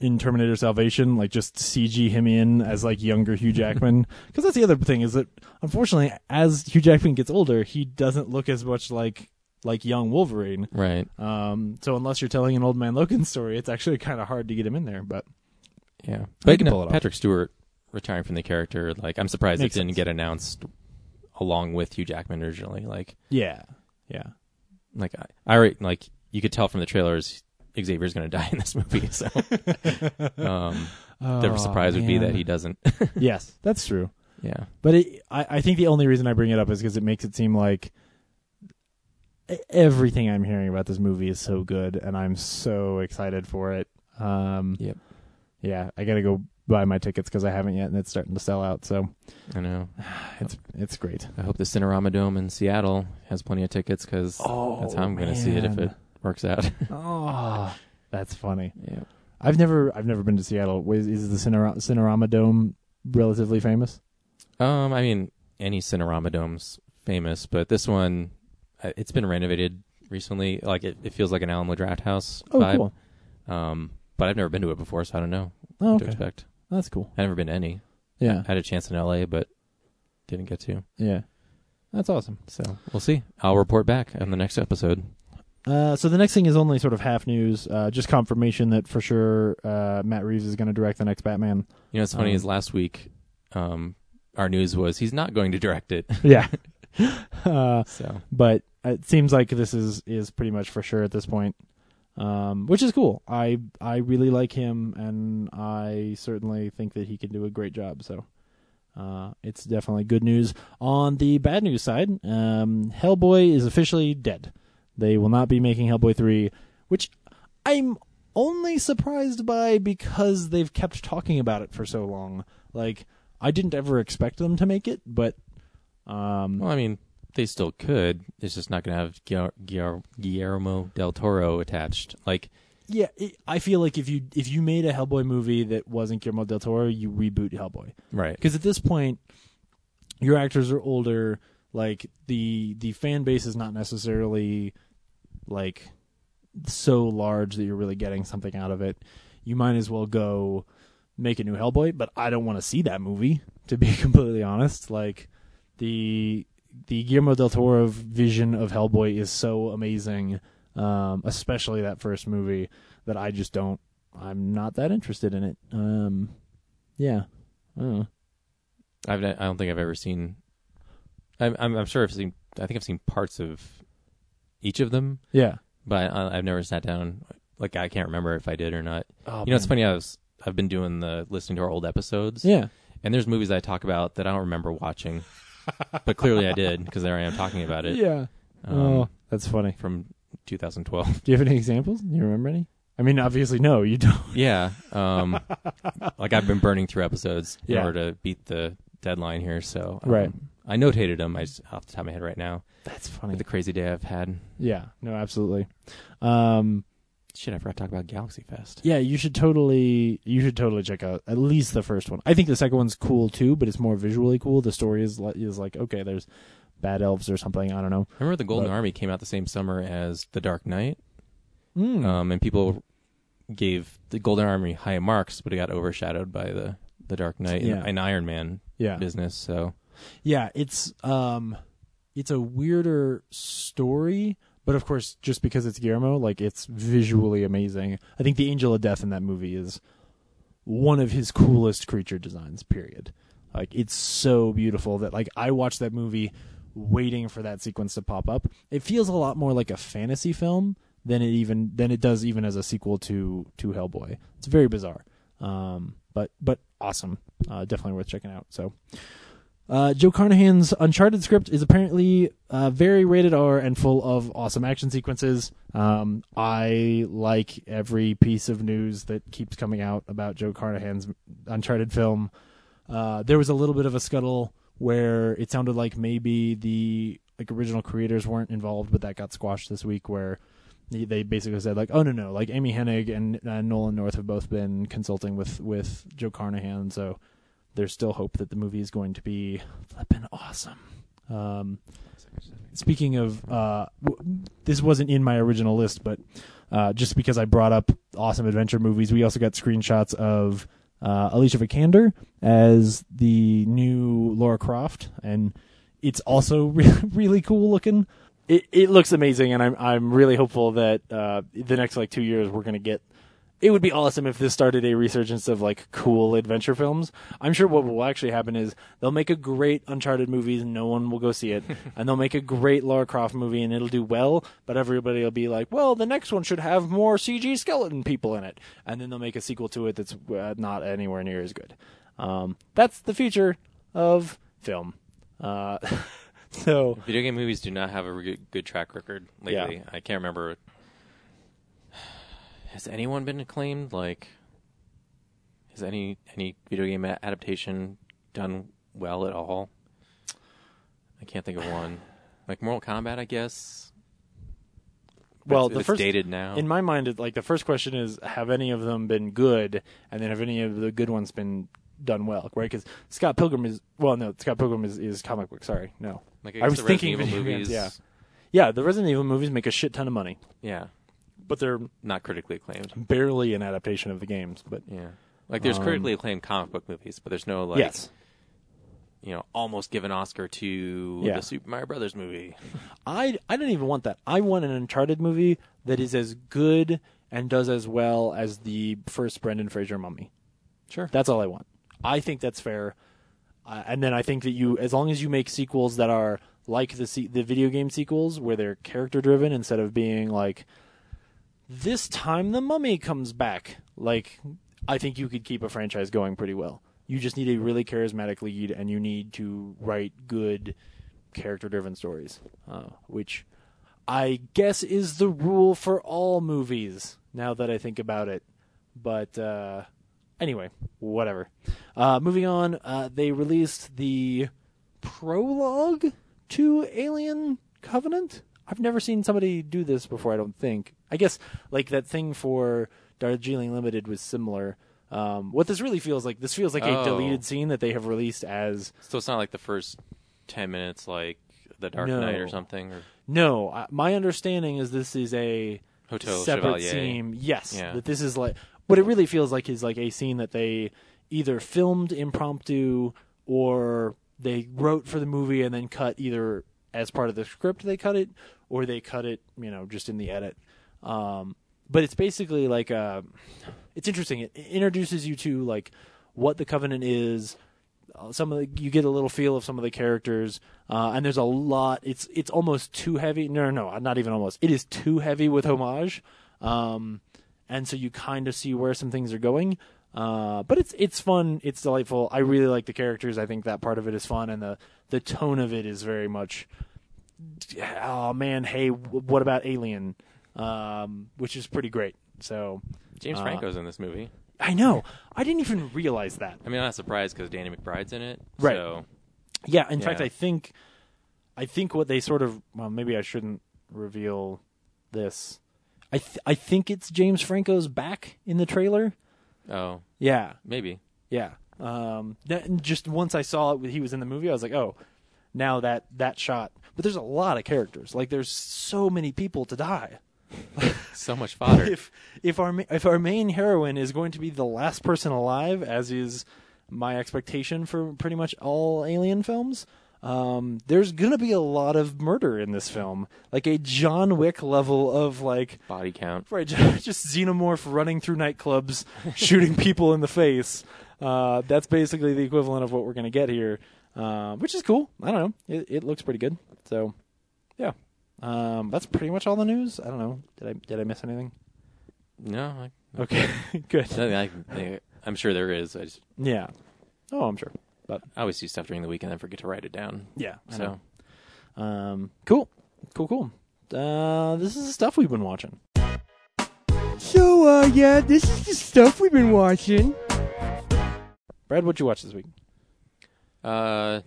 in Terminator Salvation, like just CG him in as like younger Hugh Jackman. Because that's the other thing is that unfortunately, as Hugh Jackman gets older, he doesn't look as much like like young Wolverine. right? Um, so unless you're telling an old man Logan story, it's actually kind of hard to get him in there. But Yeah, but can no, pull it off. Patrick Stewart retiring from the character, like I'm surprised Makes it didn't sense. get announced along with Hugh Jackman originally. Like, yeah, yeah. like I, I already- like you could tell from the trailers, Xavier's going to die in this movie. So, um, the surprise would be that he doesn't. yes, that's true. yeah, But it, I, I think the only reason I bring it up is because it makes it seem like e- everything I'm hearing about this movie is so good, and I'm so excited for it. Um, Yep. Yeah, I gotta go buy my tickets because I haven't yet, and it's starting to sell out. So I know. it's it's great. I hope the Cinerama Dome in Seattle has plenty of tickets because Oh, that's how I'm going to see it if man. it works out. Oh, that's funny. yeah. I've never I've never been to Seattle. Wa- Is, is the Cinera- Cinerama Dome relatively famous? Um, I mean, any Cinerama Dome's famous, but this one, uh, it's been renovated recently. Like it, it feels like an Alamo Draft House Oh, vibe. cool. Um, but I've never been to it before, so I don't know Oh, what to okay. expect. That's cool. I've never been to any. Yeah, I had a chance in L.A., but didn't get to. yeah. That's awesome. So we'll see. I'll report back on the next episode. Uh, so the next thing is only sort of half news, uh, just confirmation that for sure uh, Matt Reeves is going to direct the next Batman. You know, what's funny Um, is last week, um, our news was he's not going to direct it. yeah, uh, So but it seems like this is is pretty much for sure at this point, um, which is cool. I I really like him, and I certainly think that he can do a great job. So. Uh, it's definitely good news. On the bad news side, um, Hellboy is officially dead. They will not be making Hellboy 3, which I'm only surprised by because they've kept talking about it for so long. Like, I didn't ever expect them to make it, but, um, well, I mean, they still could. It's just not going to have Guillermo- Guillermo Guillermo del Toro attached. Like Yeah, it, I feel like if you if you made a Hellboy movie that wasn't Guillermo del Toro, you reboot Hellboy right. because at this point, your actors are older. Like the the fan base is not necessarily like so large that you're really getting something out of it, you might as well go make a new Hellboy. But I don't want to see that movie, to be completely honest. Like the the Guillermo del Toro vision of Hellboy is so amazing, um, especially that first movie that I just don't. I'm not that interested in it. Um, yeah, I don't know. I've not, I don't think I've ever seen. I'm, I'm I'm sure I've seen. I think I've seen parts of each of them, yeah. but I, I've never sat down. Like I can't remember if I did or not. Oh, you know, it's funny. I was I've been doing the listening to our old episodes. Yeah, And there's movies I talk about that I don't remember watching, but clearly I did because there I am talking about it. yeah. Um, oh, that's funny. From 2012. Do you have any examples? Do you remember any? I mean, obviously, no, you don't. yeah. Um, like I've been burning through episodes Yeah. in order to beat the deadline here. So um, Right. I notated them. I just off the top of my head right now. That's funny. The crazy day I've had. Yeah, no, absolutely. Um, Shit, I forgot to talk about Galaxy Fest. yeah, you should totally, you should totally check out at least the first one. I think the second one's cool too, but it's more visually cool. The story is li- is like okay, there's bad elves or something. I don't know. Remember the Golden But- Army came out the same summer as The Dark Knight, Mm. um, and people gave the Golden Army high marks, but it got overshadowed by the the Dark Knight Yeah. and, and Iron Man yeah, business. So yeah. It's um, it's a weirder story, but of course, just because it's Guillermo, like it's visually amazing. I think the Angel of Death in that movie is one of his coolest creature designs period like it's so beautiful that like i watched that movie waiting for that sequence to pop up it feels a lot more like a fantasy film than it even than it does even as a sequel to to hellboy it's very bizarre um but but awesome uh definitely worth checking out so uh, Joe Carnahan's Uncharted script is apparently uh, very rated R and full of awesome action sequences. Um, I like every piece of news that keeps coming out about Joe Carnahan's Uncharted film. Uh, there was a little bit of a scuttle where it sounded like maybe the like original creators weren't involved, but that got squashed this week. Where they- they basically said like, oh no no, like Amy Hennig and uh, Nolan North have both been consulting with with Joe Carnahan, so there's still hope that the movie is going to be flippin' awesome. Um, speaking of, uh, w- this wasn't in my original list, but uh, just because I brought up awesome adventure movies, we also got screenshots of uh, Alicia Vikander as the new Laura Croft, and it's also re- really cool looking. It it looks amazing, and I'm I'm really hopeful that uh, the next like two years we're gonna get it would be awesome if this started a resurgence of like cool adventure films. I'm sure what will actually happen is they'll make a great Uncharted movie and no one will go see it, and they'll make a great Lara Croft movie and it'll do well, but everybody will be like, "Well, the next one should have more CG skeleton people in it," and then they'll make a sequel to it that's uh, not anywhere near as good. Um, that's the future of film. Uh, so video game movies do not have a re- good track record lately. I can't remember. Has anyone been acclaimed? Like, has any any video game a- adaptation done well at all? I can't think of one. Like Mortal Kombat, I guess. But Well, it's, the it's first- dated now. in my mind it, like the first question is have any of them been good and then have any of the good ones been done well right because scott pilgrim is well no scott pilgrim is, is comic book sorry no like, i was the Resident thinking Evil video movies. games, yeah yeah the resident evil movies make a shit ton of money yeah, but they're not critically acclaimed. barely an adaptation of the games but Yeah, like there's critically acclaimed comic book movies, but there's no like Um, yes you know almost give an Oscar to Yeah. the Super Mario Brothers movie. I I don't even want that. I want an Uncharted movie that is as good and does as well as the first Brendan Fraser Mummy. Sure, that's all I want. I think that's fair. Uh, and then I think that you, as long as you make sequels that are like the se- the video game sequels, where they're character driven instead of being like, this time the mummy comes back. Like, I think you could keep a franchise going pretty well. You just need a really charismatic lead, and you need to write good character-driven stories, uh, which I guess is the rule for all movies. Now that I think about it, but uh, anyway, whatever. Uh, moving on, uh, they released the prologue to Alien Covenant. I've never seen somebody do this before. I don't think. I guess like that thing for Darjeeling Limited was similar. Um, what this really feels like, this feels like a Oh. deleted scene that they have released as So it's not like the first ten minutes, like The Dark No. Knight or something. Or, No, I, my understanding is this is a Hotel separate Chevalier. scene. Yes, Yeah. that this is like what it really feels like is like a scene that they either filmed impromptu or they wrote for the movie and then cut either as part of the script they cut it or they cut it you know just in the edit. Um, but it's basically like uh it's interesting. It introduces you to like what the covenant is, uh, some of the, you get a little feel of some of the characters, uh, and there's a lot. It's it's almost too heavy. No, no, no, not even almost. It is too heavy with homage, um, and so you kind of see where some things are going. Uh, but it's it's fun. It's delightful. I really like the characters. I think that part of it is fun, and the the tone of it is very much. Oh man, hey, w- what about Alien? Um, which is pretty great. So James uh, Franco's in this movie. I know. I didn't even realize that. I mean, I'm not surprised because Danny McBride's in it. Right. So Yeah, in fact, Yeah. I think, I think what they sort of well, maybe I shouldn't reveal this. I th- I think it's James Franco's back in the trailer. oh, Yeah, maybe. yeah. Um, that, and just once I saw it, he was in the movie. I was like, oh, now that that shot. But there's a lot of characters. Like, there's so many people to die. So much fodder. If if our ma- if our main heroine is going to be the last person alive, as is my expectation for pretty much all Alien films, um, there's gonna be a lot of murder in this film, like a John Wick level of like Body count. right, just xenomorph running through nightclubs, shooting people in the face. Uh, that's basically the equivalent of what we're gonna get here, uh, which is cool. I don't know, it, it looks pretty good. So, yeah. Um, that's pretty much all the news. I don't know. Did I did I miss anything? No, I, Okay, good. nothing I, I, I'm sure there is. I just Yeah. Oh, I'm sure. But I always do stuff during the week and then forget to write it down. yeah, I So know. Um, cool, cool, cool. Uh, this is the stuff we've been watching. So, uh, yeah, this is the stuff we've been watching. Brad, what'd you watch this week? Uh,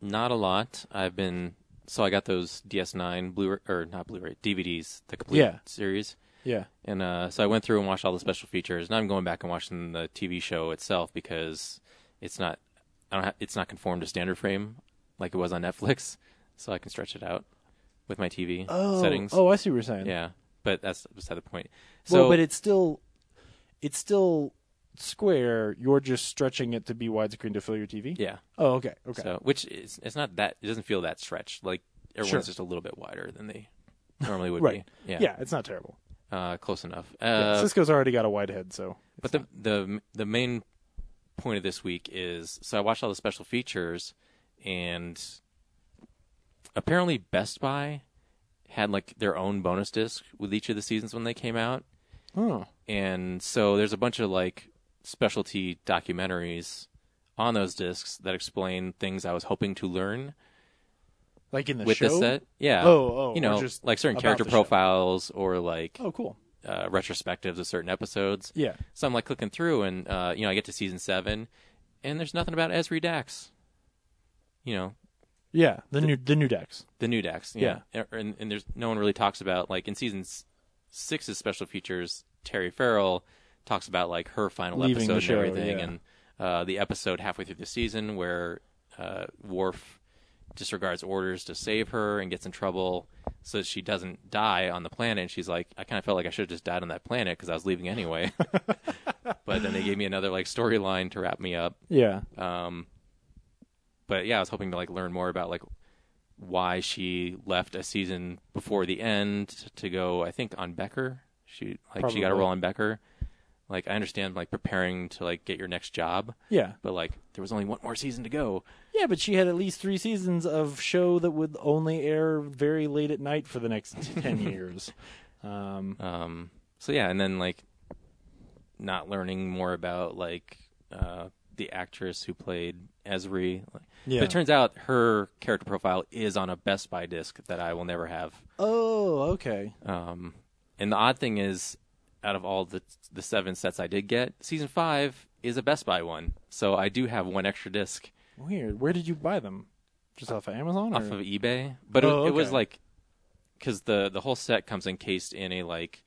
not a lot. I've been so I got those DS9 Blu or not Blu-ray DVDs, the complete Yeah. series, Yeah. and uh, so I went through and watched all the special features. And I'm going back and watching the TV show itself because it's not, I don't, ha- it's not conformed to standard frame like it was on Netflix, so I can stretch it out with my TV Oh, settings. oh, I see what you're saying. yeah, but that's beside the point. So, Well, but it's still, it's still square. You're just stretching it to be widescreen to fill your TV. yeah. Oh, okay, okay. So, which is it's not that it doesn't feel that stretched. Like everyone's Sure. just a little bit wider than they normally would Right. be. yeah. it's not terrible. uh, close enough. Yeah, Uh, Cisco's already got a wide head, so but the the the main point of this week is so I watched all the special features, and apparently Best Buy had like their own bonus disc with each of the seasons when they came out, oh, and so there's a bunch of like specialty documentaries on those discs that explain things I was hoping to learn like in the with show. this set. Yeah. Oh, oh, you or know, just like certain about character the show. profiles or like Oh, cool. uh, retrospectives of certain episodes. Yeah. So I'm like clicking through, and uh, you know, I get to season seven, and there's nothing about Esri Dax. You know, Yeah, the, new the new decks. the new Dax. Yeah. And, and there's no one really talks about like in season s- six's special features. Terry Farrell talks about like her final Leaving episode the show, and everything, yeah. and uh, the episode halfway through the season where uh, Worf disregards orders to save her and gets in trouble so she doesn't die on the planet and she's like i kind of felt like i should have just died on that planet because i was leaving anyway but then they gave me another like storyline to wrap me up Yeah, um, but yeah, I was hoping to like learn more about like why she left a season before the end to go. I think on Becker, she like she got a Probably. role on Becker. Like I understand like preparing to like get your next job, yeah. but like there was only one more season to go. Yeah, but she had at least three seasons of show that would only air very late at night for the next ten years. Um, Um, so yeah, and then like not learning more about like uh, the actress who played Esri. Like, Yeah. But it turns out her character profile is on a Best Buy disc that I will never have. oh, okay. Um, and the odd thing is, out of all the the seven sets I did get, season five is a Best Buy one, so I do have one extra disc Weird. Where did you buy them? Just off of Amazon? Or? off of eBay. But it, Oh, it was okay. like because the the whole set comes encased in a like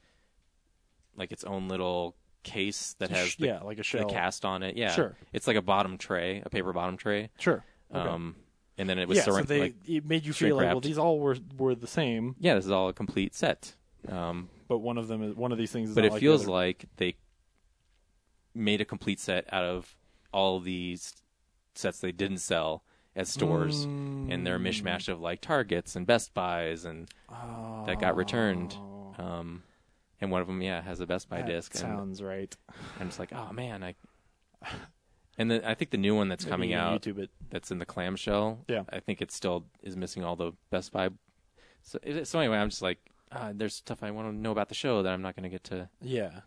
like its own little case that has the, yeah, like a the shell. cast on it. Yeah, Sure. It's like a bottom tray, a paper bottom tray. Sure. Okay. Um, and then it was yeah, so saran- they like it made you feel like well shrink-wrapped. these all were were the same. yeah, this is all a complete set. Um, but one of them is one of these things. Is but not it like the feels other. like they made a complete set out of all these sets they didn't sell at stores and Hmm. they're a mishmash of like targets and best buys and that got returned um, and one of them yeah has a best buy Oh. That disc and sounds right. i'm just like oh man i and then i think the new one that's coming Maybe you out YouTube it. that's in the clamshell Yeah. i think it still is missing all the best buy so, so anyway i'm just like ah, there's stuff i want to know about the show that i'm not going to get to Yeah.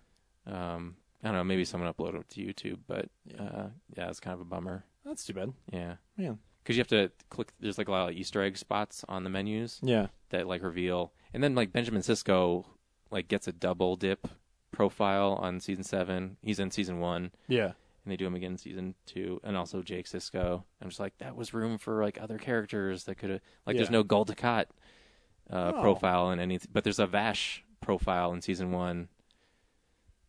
um, I don't know, maybe someone uploaded it to YouTube, but uh, yeah, it's kind of a bummer. That's too bad. Yeah, Yeah. because you have to click. There's like a lot of Easter egg spots on the menus Yeah. that like reveal, and then like Benjamin Sisko like gets a double dip profile on season seven. He's in season one, Yeah. and they do him again in season two, and also Jake Sisko. I'm just like, that was room for like other characters that could have like. There's Yeah. no Gul Dukat uh, profile in any, but there's a Vash profile in season one.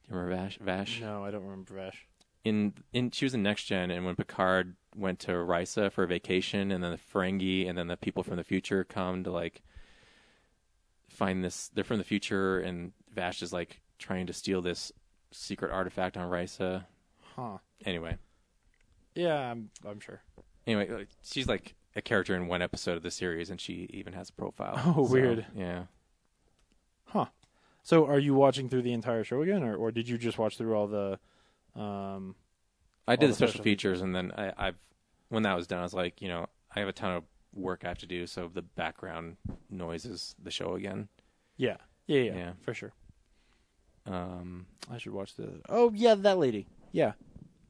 Do you remember Vash? Vash? No, I don't remember Vash. in in she was in Next Gen, and when Picard went to Risa for vacation, and then the Ferengi, and then the people from the future come to like find this. They're from the future, and Vash is like trying to steal this secret artifact on Risa. Huh. Anyway, Yeah, I'm. I'm sure. anyway, like, she's like a character in one episode of the series, and she even has a profile. Oh, weird. Yeah, Huh. So, are you watching through the entire show again, or, or did you just watch through all the? Um, I did the All the special, special features, and then I, I've when that was done, I was like, you know, I have a ton of work I have to do, so the background noise is the show again. yeah. Yeah, yeah, Yeah. for sure. Um, I should watch the. Oh yeah, that lady. Yeah.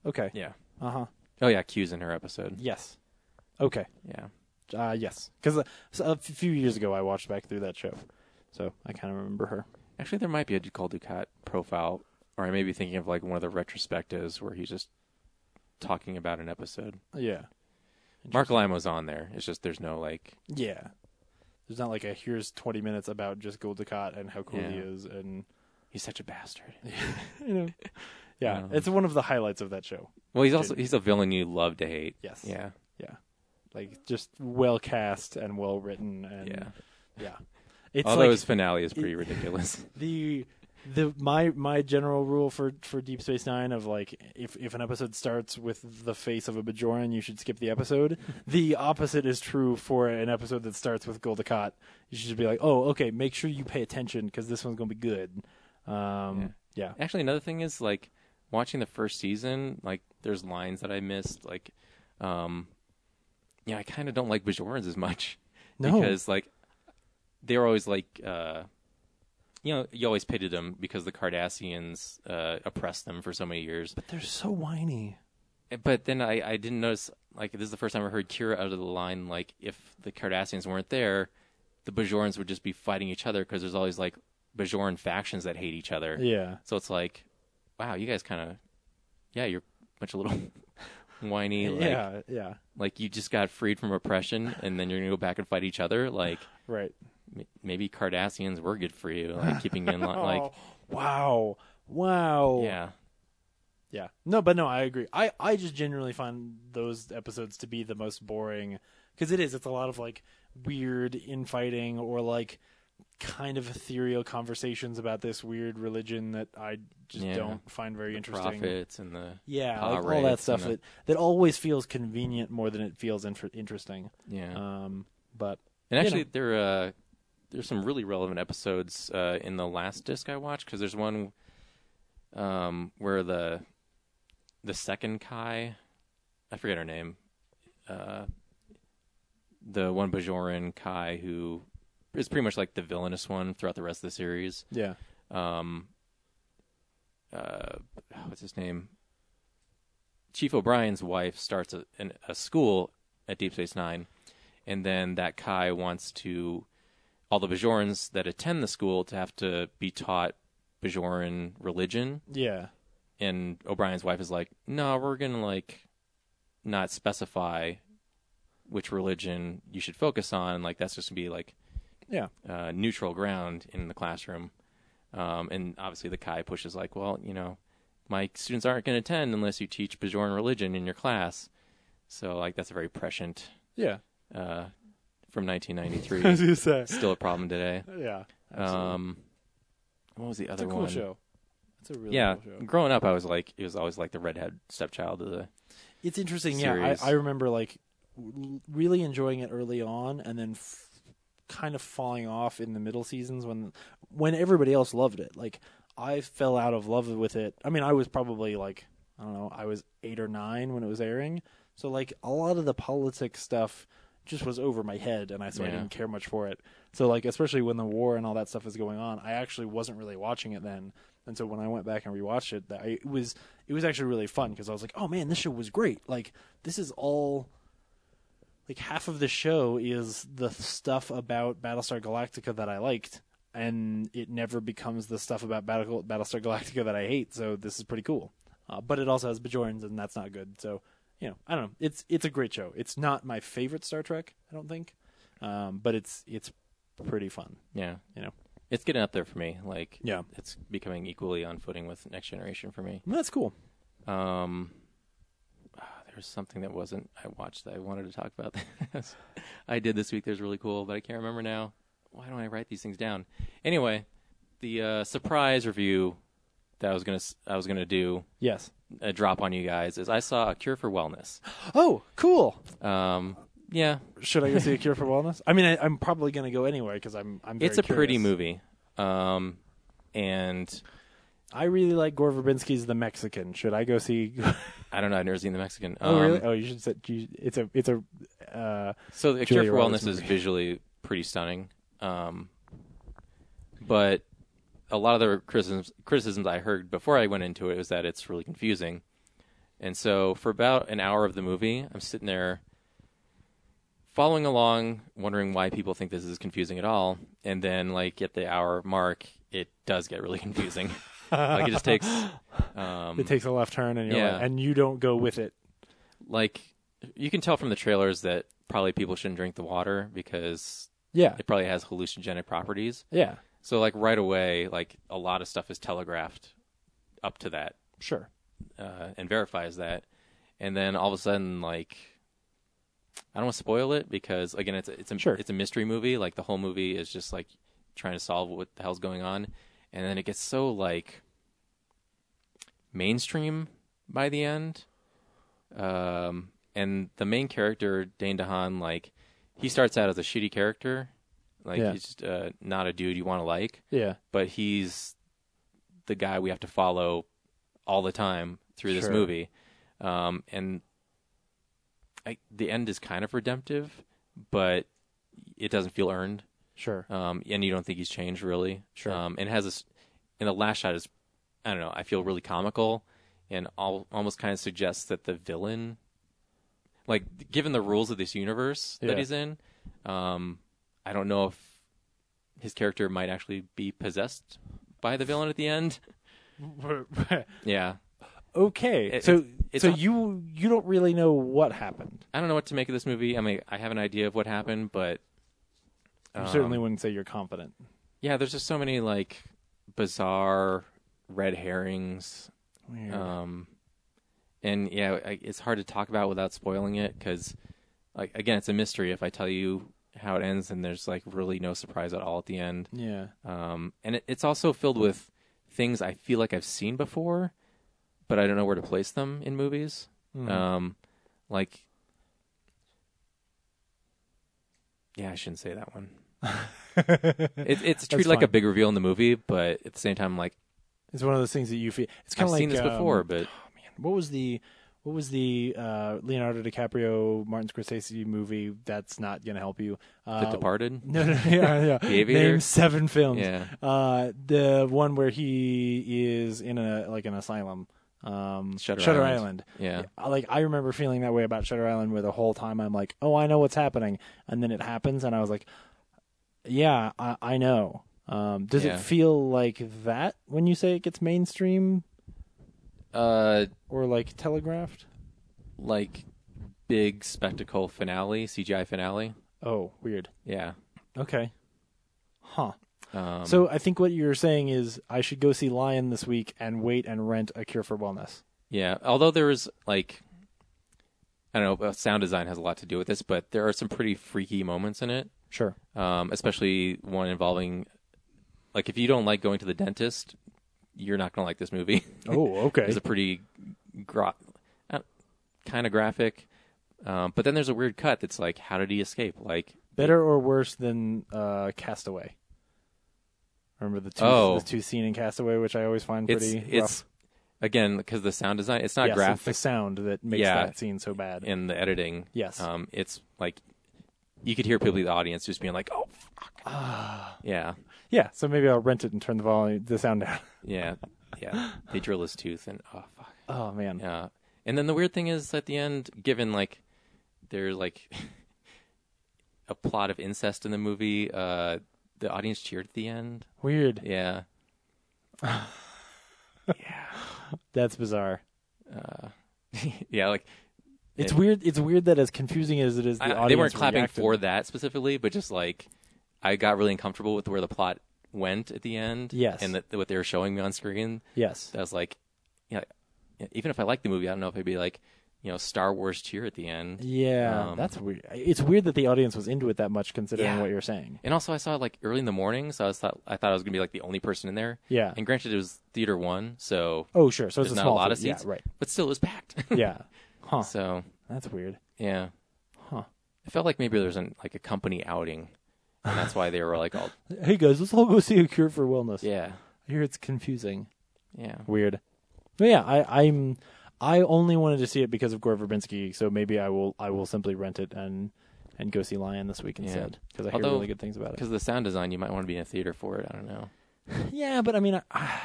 Okay. yeah. Uh huh. Oh yeah, Q's in her episode. Yes. Okay. Yeah. Uh yes, because a f- few years ago I watched back through that show, so I kind of remember her. Actually, there might be a Gul Dukat profile, or I may be thinking of like one of the retrospectives where he's just talking about an episode. Yeah. Mark Lamo's on there. It's just there's no like. Yeah. There's not like a here's 20 minutes about just Gul Dukat and how cool he Yeah. is and He's such a bastard. you know. Yeah, Um, it's one of the highlights of that show. Well, he's also he's a villain you love to hate. Yes. Yeah. Yeah. Like just well cast and well written and Yeah. yeah. It's Although like his finale is pretty ridiculous. the the my my general rule for for Deep Space Nine of like if if an episode starts with the face of a Bajoran, you should skip the episode. the opposite is true for an episode that starts with Gul Dukat. You should be like, oh, okay, make sure you pay attention because this one's gonna be good. Um, yeah. Actually, another thing is like watching the first season. Like, there's lines that I missed. Like, um, yeah, I kind of don't like Bajorans as much No. because like they're always like, uh, you know, you always pitied them because the Cardassians uh, oppressed them for so many years. They're so whiny. But then I, I didn't notice. Like, this is the first time I heard Kira out of the line. Like, if the Cardassians weren't there, the Bajorans would just be fighting each other because there's always like Bajoran factions that hate each other. Yeah. So it's like, wow, you guys kind of, yeah, you're much a little whiny. Like, yeah. Yeah. like you just got freed from oppression, and then you're gonna go back and fight each other. Like Right. m- maybe Cardassians were good for you, like keeping you in line. Like, Oh, Wow. Wow. yeah, Yeah. No, but no, I agree. I, I just generally find those episodes to be the most boring because it is. It's a lot of like weird infighting or like kind of ethereal conversations about this weird religion that I just Yeah. don't find very interesting. prophets and the Yeah, Pa like all rates that and stuff the- that, that always feels convenient more than it feels inf- interesting. yeah. Um, but And You actually, know. there uh, there's some really relevant episodes uh, in the last disc I watched because there's one um, where the the second Kai, I forget her name, uh, the one Bajoran Kai who is pretty much like the villainous one throughout the rest of the series. yeah, Um, uh, what's his name? Chief O'Brien's wife starts a, an, a school at Deep Space Nine, and then that Kai wants to all the Bajorans that attend the school to have to be taught Bajoran religion. yeah, And O'Brien's wife is like, "No, we're gonna like not specify which religion you should focus on. Like that's just gonna be like yeah, uh, neutral ground in the classroom. Um, and obviously, the Kai push is like, well, you know, my students aren't going to attend unless you teach Bajoran religion in your class. So, like, that's a very prescient yeah. uh, from As 1993. you say, Still a problem today. yeah, Um, What was the It's other a cool one? show. It's a really yeah, cool show. growing up, I was like, it was always like the redhead stepchild of the. It's interesting. Yeah, Series. I, I remember like w- really enjoying it early on, and then f- kind of falling off in the middle seasons when when everybody else loved it. Like I fell out of love with it. I mean, I was probably like I don't know, I was eight or nine when it was airing, so like a lot of the politics stuff just was over my head, and I so I Yeah. didn't care much for it. So like especially when the war and all that stuff is going on, I actually wasn't really watching it then. And so when I went back and rewatched it, that I, it was it was actually really fun because I was like, oh man, this show was great. Like this is all like half of the show is the stuff about Battlestar Galactica that I liked, and it never becomes the stuff about Battle- Battlestar Galactica that I hate. So this is pretty cool. Uh, but it also has Bajorans, and that's not good. So you know, I don't know. It's it's a great show. It's not my favorite Star Trek, I don't think, um, but it's it's pretty fun. Yeah, You know, it's getting up there for me. Like, Yeah. it's becoming equally on footing with Next Generation for me. Well, that's cool. Um, ah, there's something that wasn't I watched that I wanted to talk about. This I did this week. That's really cool, but I can't remember now. Why don't I write these things down? Anyway, the uh, surprise review that I was gonna s- I was gonna do Yes. a drop on you guys is I saw a cure for wellness. Oh, cool. Um, yeah, Should I go see a Cure for Wellness? I mean, I, I'm probably going to go anyway because I'm I'm. Very it's a pretty curious. movie. Um, and I really like Gore Verbinski's The Mexican. Should I go see? I don't know. I've never seen the Mexican. oh, Um, really? Oh, you should. Say, you- it's a. It's a. Uh, So the Julia Cure for Roberts Wellness is movie. visually pretty stunning, um, but a lot of the criticisms criticisms I heard before I went into it was that it's really confusing. And so for about an hour of the movie, I'm sitting there following along, wondering why people think this is confusing at all. And then, like at the hour mark, it does get really confusing. like it just takes. Um, it takes a left turn, and you're Yeah. like, and you don't go with it. like you can tell from the trailers that probably people shouldn't drink the water because Yeah. it probably has hallucinogenic properties. Yeah. So like right away, like a lot of stuff is telegraphed up to that Sure. uh, and verifies that, and then all of a sudden, like I don't want to spoil it because again, it's a, it's a Sure. it's a mystery movie. Like the whole movie is just like trying to solve what the hell's going on, and then it gets so like mainstream by the end. Um, and the main character Dane DeHaan, like he starts out as a shitty character, like Yeah. he's just uh, not a dude you want to like Yeah. but he's the guy we have to follow all the time through this Sure. movie. Um, and I, the end is kind of redemptive, but it doesn't feel earned. Sure. Um, and you don't think he's changed really. Sure. Um, and it has this, and the last shot is, I don't know, I feel really comical and all, almost kind of suggests that the villain, like given the rules of this universe Yeah. that he's in, um, I don't know if his character might actually be possessed by the villain at the end. Yeah. okay. Um, It- so it's- it's so not- you you don't really know what happened. I don't know what to make of this movie. I mean, I have an idea of what happened, but You um, certainly wouldn't say you're confident. yeah, there's just so many like bizarre red herrings Weird. Um, and yeah, I, it's hard to talk about without spoiling it because, like, again, it's a mystery. If I tell you how it ends, and there's like really no surprise at all at the end. yeah. Um, and it, it's also filled with things I feel like I've seen before, but I don't know where to place them in movies. Hmm. Um, like, yeah, I shouldn't say that one. it, it's treated like a fine. big reveal in the movie, but at the same time, like It's one of those things that you feel. It's kind I've of like seen this um, before, but What was the what was the uh, Leonardo DiCaprio Martin Scorsese movie that's not going to help you? Uh, The Departed. No, no, yeah, yeah. The Aviator? Name seven films. Yeah. Uh, the one where he is in a like an asylum. Um, Shutter Island. Island. Yeah. I- Like I remember feeling that way about Shutter Island, where the whole time I'm like, oh, I know what's happening, and then it happens, and I was like, yeah, I, I know. Um, does Yeah. it feel like that when you say it gets mainstream Uh, or like telegraphed? like big spectacle finale, CGI finale. Oh, weird. Yeah. Okay. Huh. Um, so I think what you're saying is I should go see Lion this week and wait and rent A Cure for Wellness. yeah, although there is like, I don't know, uh, sound design has a lot to do with this, but there are some pretty freaky moments in it, Sure. um, especially one involving Like if you don't like going to the dentist, you're not going to like this movie. Oh, okay. It's a pretty gra- kind of graphic. Um, but then there's a weird cut that's like, how did he escape? Like, Better or worse than uh, Castaway? Remember the two, Oh. the two scene in Castaway, which I always find it's pretty. it's again because the sound design. It's rough. not Yes, it's the graphic sound that makes Yeah. that scene so bad. in the editing. Yes. um, it's like you could hear people in the audience just being like, "Oh, fuck." Ah. yeah, Yeah, so maybe I'll rent it and turn the volume, the sound down. yeah, yeah. They drill his tooth and oh fuck. Oh man, Yeah. And then the weird thing is at the end, given like there's like a plot of incest in the movie, uh the audience cheered at the end. weird. Yeah. That's bizarre. Yeah, like It's It- weird. It's weird that as confusing as it is, the I- audience they weren't clapping reacted. for that specifically, but just like I got really uncomfortable with where the plot went at the end. Yes. And that what they were showing me on screen. Yes, That was like yeah, yeah, even if I liked the movie, I don't know if it'd be like, you know, Star Wars cheer at the end. yeah, Um, that's weird. It's weird that the audience was into it that much, considering Yeah. what you're saying. And also, I saw it like early in the morning, so I was thought I thought I was gonna be like the only person in there. Yeah. And granted, it was theater one, so Oh, sure. So it's there's a not a small lot of thing. seats, Yeah, right. But still, it was packed. Yeah. Huh. so That's weird. yeah. Huh. It felt like maybe there's an like a company outing, and that's why they were like all Hey guys, let's all go see a cure for wellness. yeah, I hear it's confusing. yeah. Weird. But yeah, I, I'm. I only wanted to see it because of Gore Verbinski, so maybe I will. I will simply rent it and and go see Lion this week instead because I hear Although- really good things about it. Because the sound design, you might want to be in a theater for it. I don't know. Yeah, but I mean, I,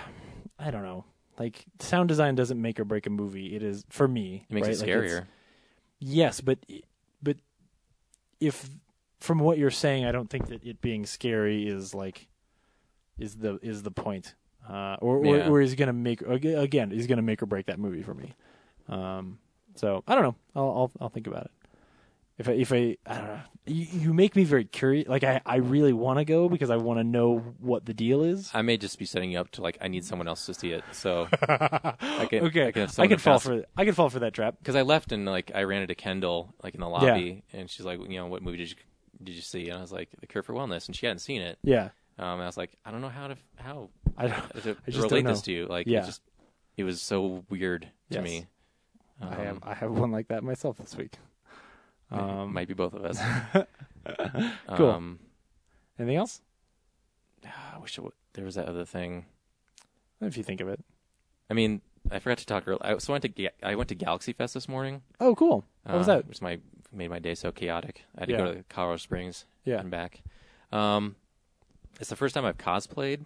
I don't know. Like sound design doesn't make or break a movie. It is for me. It makes right? it Like, it's- scarier. yes, but but if from what you're saying, I don't think that it being scary is like is the is the point, uh, or or, Yeah. or is going to make ag- again is going to make or break that movie for me. Um, so I don't know. I'll I'll, I'll think about it. If I, if I I don't know you, you make me very curious like I, I really want to go because I want to know what the deal is I may just be setting you up to like I need someone else to see it. So I can, okay. I can, have I someone could to fall pass- for I could fall for that trap. because I left and like I ran into Kendall like in the lobby, and she's like, you know, what movie did you did you see? And I was like, The Cure for Wellness, and she hadn't seen it. Yeah, Um, and I was like, I don't know how to how I don't. to I just relate don't this know. to you. Like, Yeah. it just it was so weird to Yes. me. Um, I have I have one like that myself this week. Um, might be both of us. Cool. Um, anything else? ah, I wish it w- there was that other thing. If you think of it. I mean, I forgot to talk earlier. I, so I went to Ga- I went to Galaxy Fest this morning. Oh, cool. What was uh, that? Which my made my day so chaotic. I had to Yeah. go to Colorado Springs Yeah. and back. Um, it's the first time I've cosplayed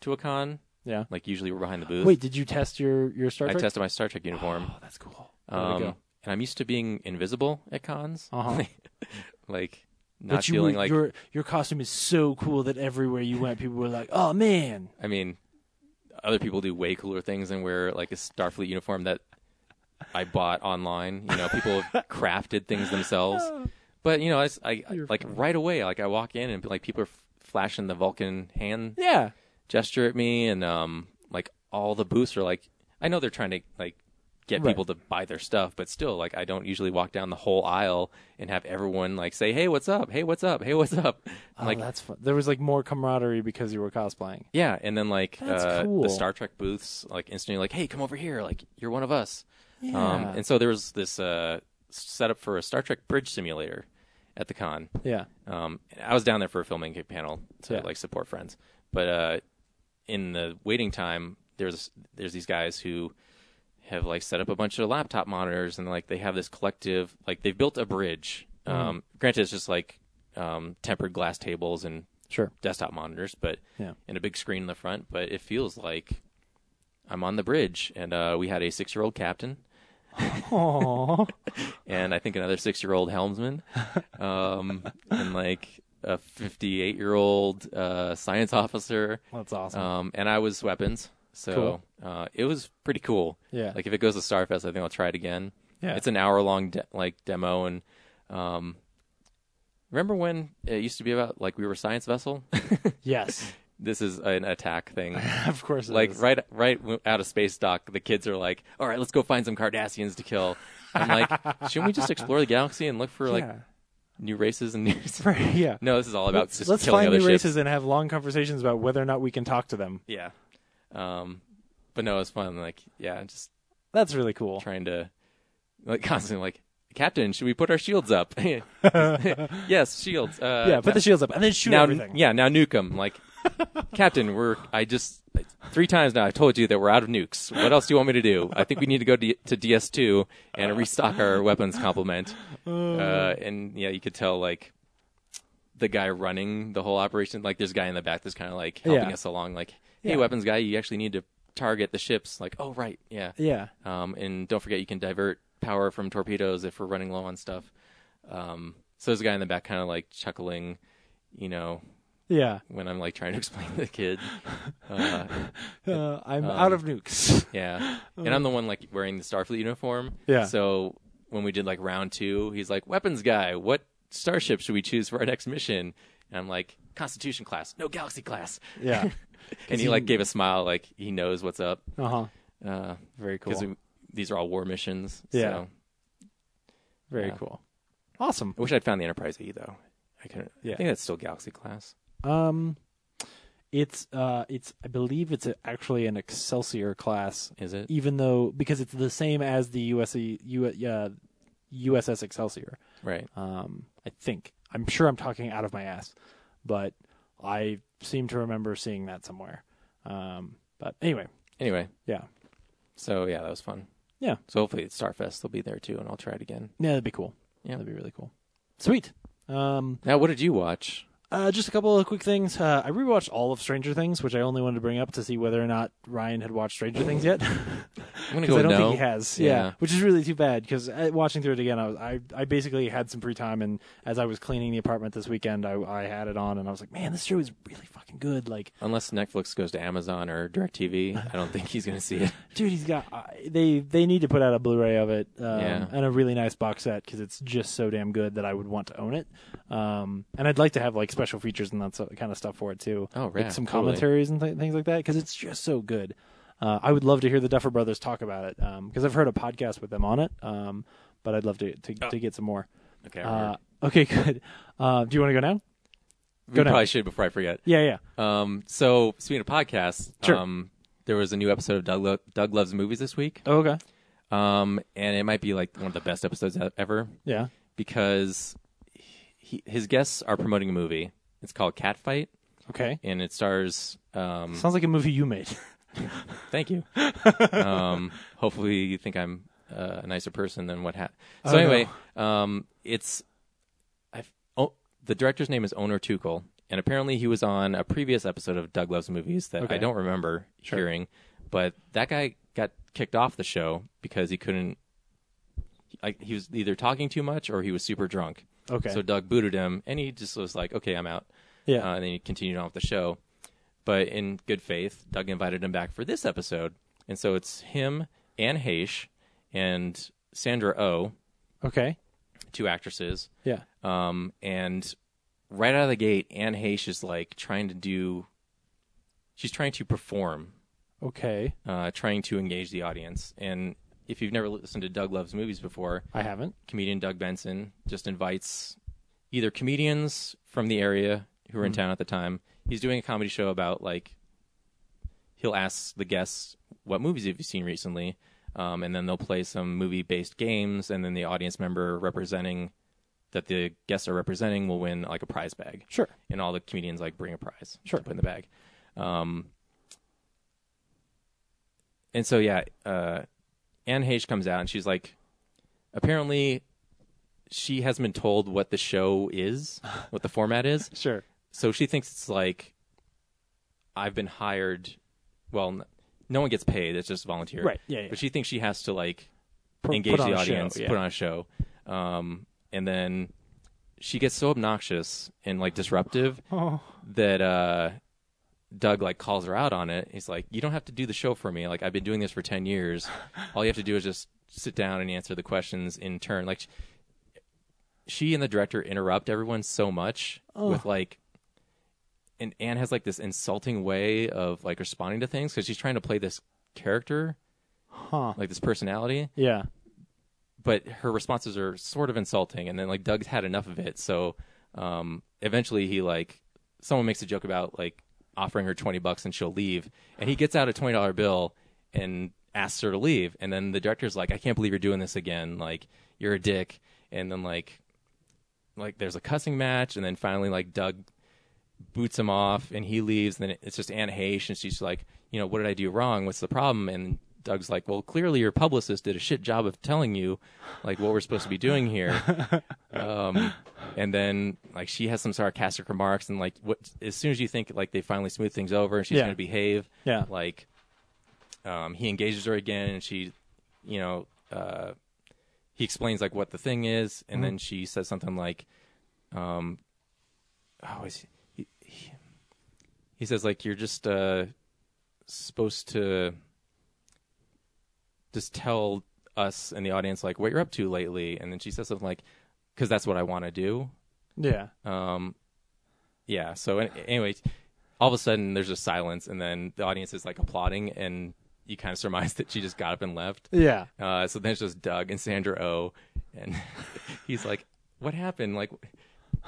to a con. Yeah. Like usually we're behind the booth. Wait, did you test your your Star I Trek? tested my Star Trek uniform. Oh, that's cool. There we Um, go. and I'm used to being invisible at cons. Uh-huh. like not but you feeling were- like your your costume is so cool that everywhere you went, people were like, "Oh man, I mean other people do way cooler things than wear like a Starfleet uniform that I bought online. You know, people have crafted things themselves. But you know, I, s- I- I- like right away, like I walk in and like people are f- flashing the Vulcan hand yeah, gesture at me and um like all the booths are like I know they're trying to like get Right. people to buy their stuff, but still like I don't usually walk down the whole aisle and have everyone like say, "Hey, what's up? Hey, what's up? Hey, what's up?" oh, I'm like that's fun." There was like more camaraderie because you were cosplaying. yeah, and then like That's uh, cool. the Star Trek booths like instantly like, "Hey, come over here. Like you're one of us." Um Yeah. and so there was this uh setup for a Star Trek bridge simulator at the con. Yeah, Um, and I was down there for a filming panel to Yeah. like support friends, but uh, in the waiting time, there's there's these guys who have like set up a bunch of laptop monitors and like they have this collective like they've built a bridge. Mm-hmm. Um, granted, it's just like um, tempered glass tables and sure. desktop monitors, but Yeah. and a big screen in the front. But it feels like I'm on the bridge, and uh, we had a six year old captain Aww. and I think another six year old helmsman, um, and like a 58 year old uh, science officer. that's awesome. Um, and I was weapons. So uh, it was pretty cool. Yeah. Like if it goes to Starfest, I think I'll try it again. Yeah. It's an hour long de- like demo. And um, remember when it used to be about like we were a science vessel? yes, this is an attack thing. of course. it like is. right right w- out of space dock the kids are like all right let's go find some cardassians to kill i'm like shouldn't we just explore the galaxy and look for like Yeah. new races and news. Right, yeah. No, this is all about let's, just let's killing find other new ships. races and have long conversations about whether or not we can talk to them. yeah. Um, but no, it's fun. Like, yeah, just That's really cool. trying to like constantly like, Captain, should we put our shields up? yes, shields. Uh, yeah, put the shields up and then shoot now, everything. yeah, now nuke 'em. Like, Captain, we're. I just three times now. I've told you that we're out of nukes. What else do you want me to do? I think we need to go to, to DS2 and restock our weapons complement. Uh, and yeah, you could tell like the guy running the whole operation. Like, there's a guy in the back that's kind of like helping Yeah. us along. Like, hey, weapons guy, you actually need to target the ships. Like, oh right, yeah. yeah. Um, and don't forget, you can divert power from torpedoes if we're running low on stuff. Um, so there's a guy in the back, kind of like chuckling, you know, Yeah. when I'm like trying to explain to the kid. Uh, Uh, Um, I'm out of nukes. yeah, and I'm the one like wearing the Starfleet uniform. Yeah. So when we did like round two, he's like, "Weapons guy, what starship should we choose for our next mission?" And I'm like, "Constitution class, no Galaxy class." yeah. And he like gave a smile, like he knows what's up. Uh huh. Uh, Very cool. because these are all war missions. Yeah. So. Very yeah. cool. Awesome. I wish I'd found the Enterprise E though. I couldn't. Yeah. I think that's still Galaxy class. Um, it's uh, it's I believe it's actually an Excelsior class, Is it? even though because it's the same as the USC U, uh, USS Excelsior. Right. Um, I think I'm sure I'm talking out of my ass, but I seem to remember seeing that somewhere. Um, but anyway, Anyway, yeah, so yeah, that was fun. Yeah. So hopefully at Starfest they'll be there too, and I'll try it again. yeah, that'd be cool. Yeah. that'd be really cool. Sweet. Um, Now, what did you watch? Uh, just a couple of quick things. Uh, I rewatched all of Stranger Things, which I only wanted to bring up to see whether or not Ryan had watched Stranger Things yet. I'm gonna Because go. I don't no. think he has. Yeah. Yeah. which is really too bad. Because watching through it again, I was I, I basically had some free time, and as I was cleaning the apartment this weekend, I, I had it on, and I was like, man, this show is really fucking good. Like, Unless Netflix goes to Amazon or DirecTV, I don't think he's gonna see it. dude, he's got uh, they they need to put out a Blu-ray of it um, Yeah. and a really nice box set because it's just so damn good that I would want to own it. Um, and I'd like to have like special features and that so, kind of stuff for it too. Oh, Like, yeah, some totally. commentaries and th- things like that because it's just so good. Uh, I would love to hear the Duffer Brothers talk about it because I've heard a podcast with them on it, um, but I'd love to to, to get some more. Okay. Uh, okay, good. Uh, do you want to go now? we go now. probably should before I forget. Yeah, yeah. Um. So speaking of podcasts, Sure. um, there was a new episode of Doug, Lo- Doug Loves Movies this week. Oh, okay. Um, and it might be like one of the best episodes e- ever. Yeah. because he, his guests are promoting a movie. It's called Catfight, Okay. and it stars. Um, Sounds like a movie you made. thank you. um, hopefully, you think I'm uh, a nicer person than what happened. So Oh, anyway, um, it's. I've, oh, the director's name is Owner Tuchel, and apparently he was on a previous episode of Doug Loves Movies that Okay. I don't remember hearing, but that guy got kicked off the show because he couldn't. Like he was either talking too much or he was super drunk. Okay. So Doug booted him, and he just was like, "Okay, I'm out." Yeah. Uh, and then he continued on with the show, but in good faith, Doug invited him back for this episode, and so it's him, Anne Heche, and Sandra Oh, okay. two actresses. Yeah. Um, and right out of the gate, Anne Heche is like trying to do. She's trying to perform Okay. uh, trying to engage the audience. And if you've never listened to Doug Loves Movies before, I haven't. comedian Doug Benson just invites either comedians from the area who are in town at the time. He's doing a comedy show about like he'll ask the guests what movies have you seen recently, um, and then they'll play some movie based games, and then the audience member representing that the guests are representing will win like a prize bag. Sure. And all the comedians like bring a prize. Sure. To put in the bag. Um, and so yeah, uh, Anne Heche comes out and she's like, apparently, she hasn't been told what the show is, what the format is. Sure. So she thinks it's like, I've been hired. Well, n- no one gets paid; it's just volunteer. Right, yeah, yeah. But she thinks she has to like Put- engage put on the a show, audience, yeah. put on a show, um, and then she gets so obnoxious and like disruptive Oh. that uh, Doug like calls her out on it. He's like, "You don't have to do the show for me. Like I've been doing this for ten years. All you have to do is just sit down and answer the questions in turn." Like sh- she and the director interrupt everyone so much with like. And Anne has like this insulting way of like responding to things because she's trying to play this character, Huh. like this personality, Yeah. but her responses are sort of insulting. And then like Doug's had enough of it, so um, eventually he like someone makes a joke about like offering her twenty bucks and she'll leave, and he gets out a twenty dollar bill and asks her to leave, and then the director's like, "I can't believe you're doing this again. Like you're a dick." And then like like there's a cussing match, and then finally like Doug boots him off and he leaves. And then it's just Anna Heche, and she's like, you know, what did I do wrong? What's the problem? And Doug's like, well, clearly your publicist did a shit job of telling you, like, what we're supposed to be doing here. um, and then like she has some sarcastic remarks, and like what as soon as you think like they finally smooth things over and she's Yeah. going to behave, Yeah. like um, he engages her again, and she, you know, uh, he explains like what the thing is, Mm-hmm. and then she says something like, um, oh, is he, he, he says like you're just uh, supposed to just tell us and the audience like what you're up to lately, and then she says something like, because that's what I want to do, Yeah. um, yeah. So an- anyway, all of a sudden there's just silence, and then the audience is like applauding, and you kind of surmise that she just got up and left. Yeah. Uh, so then it's just Doug and Sandra O, and he's like, "What happened? Like,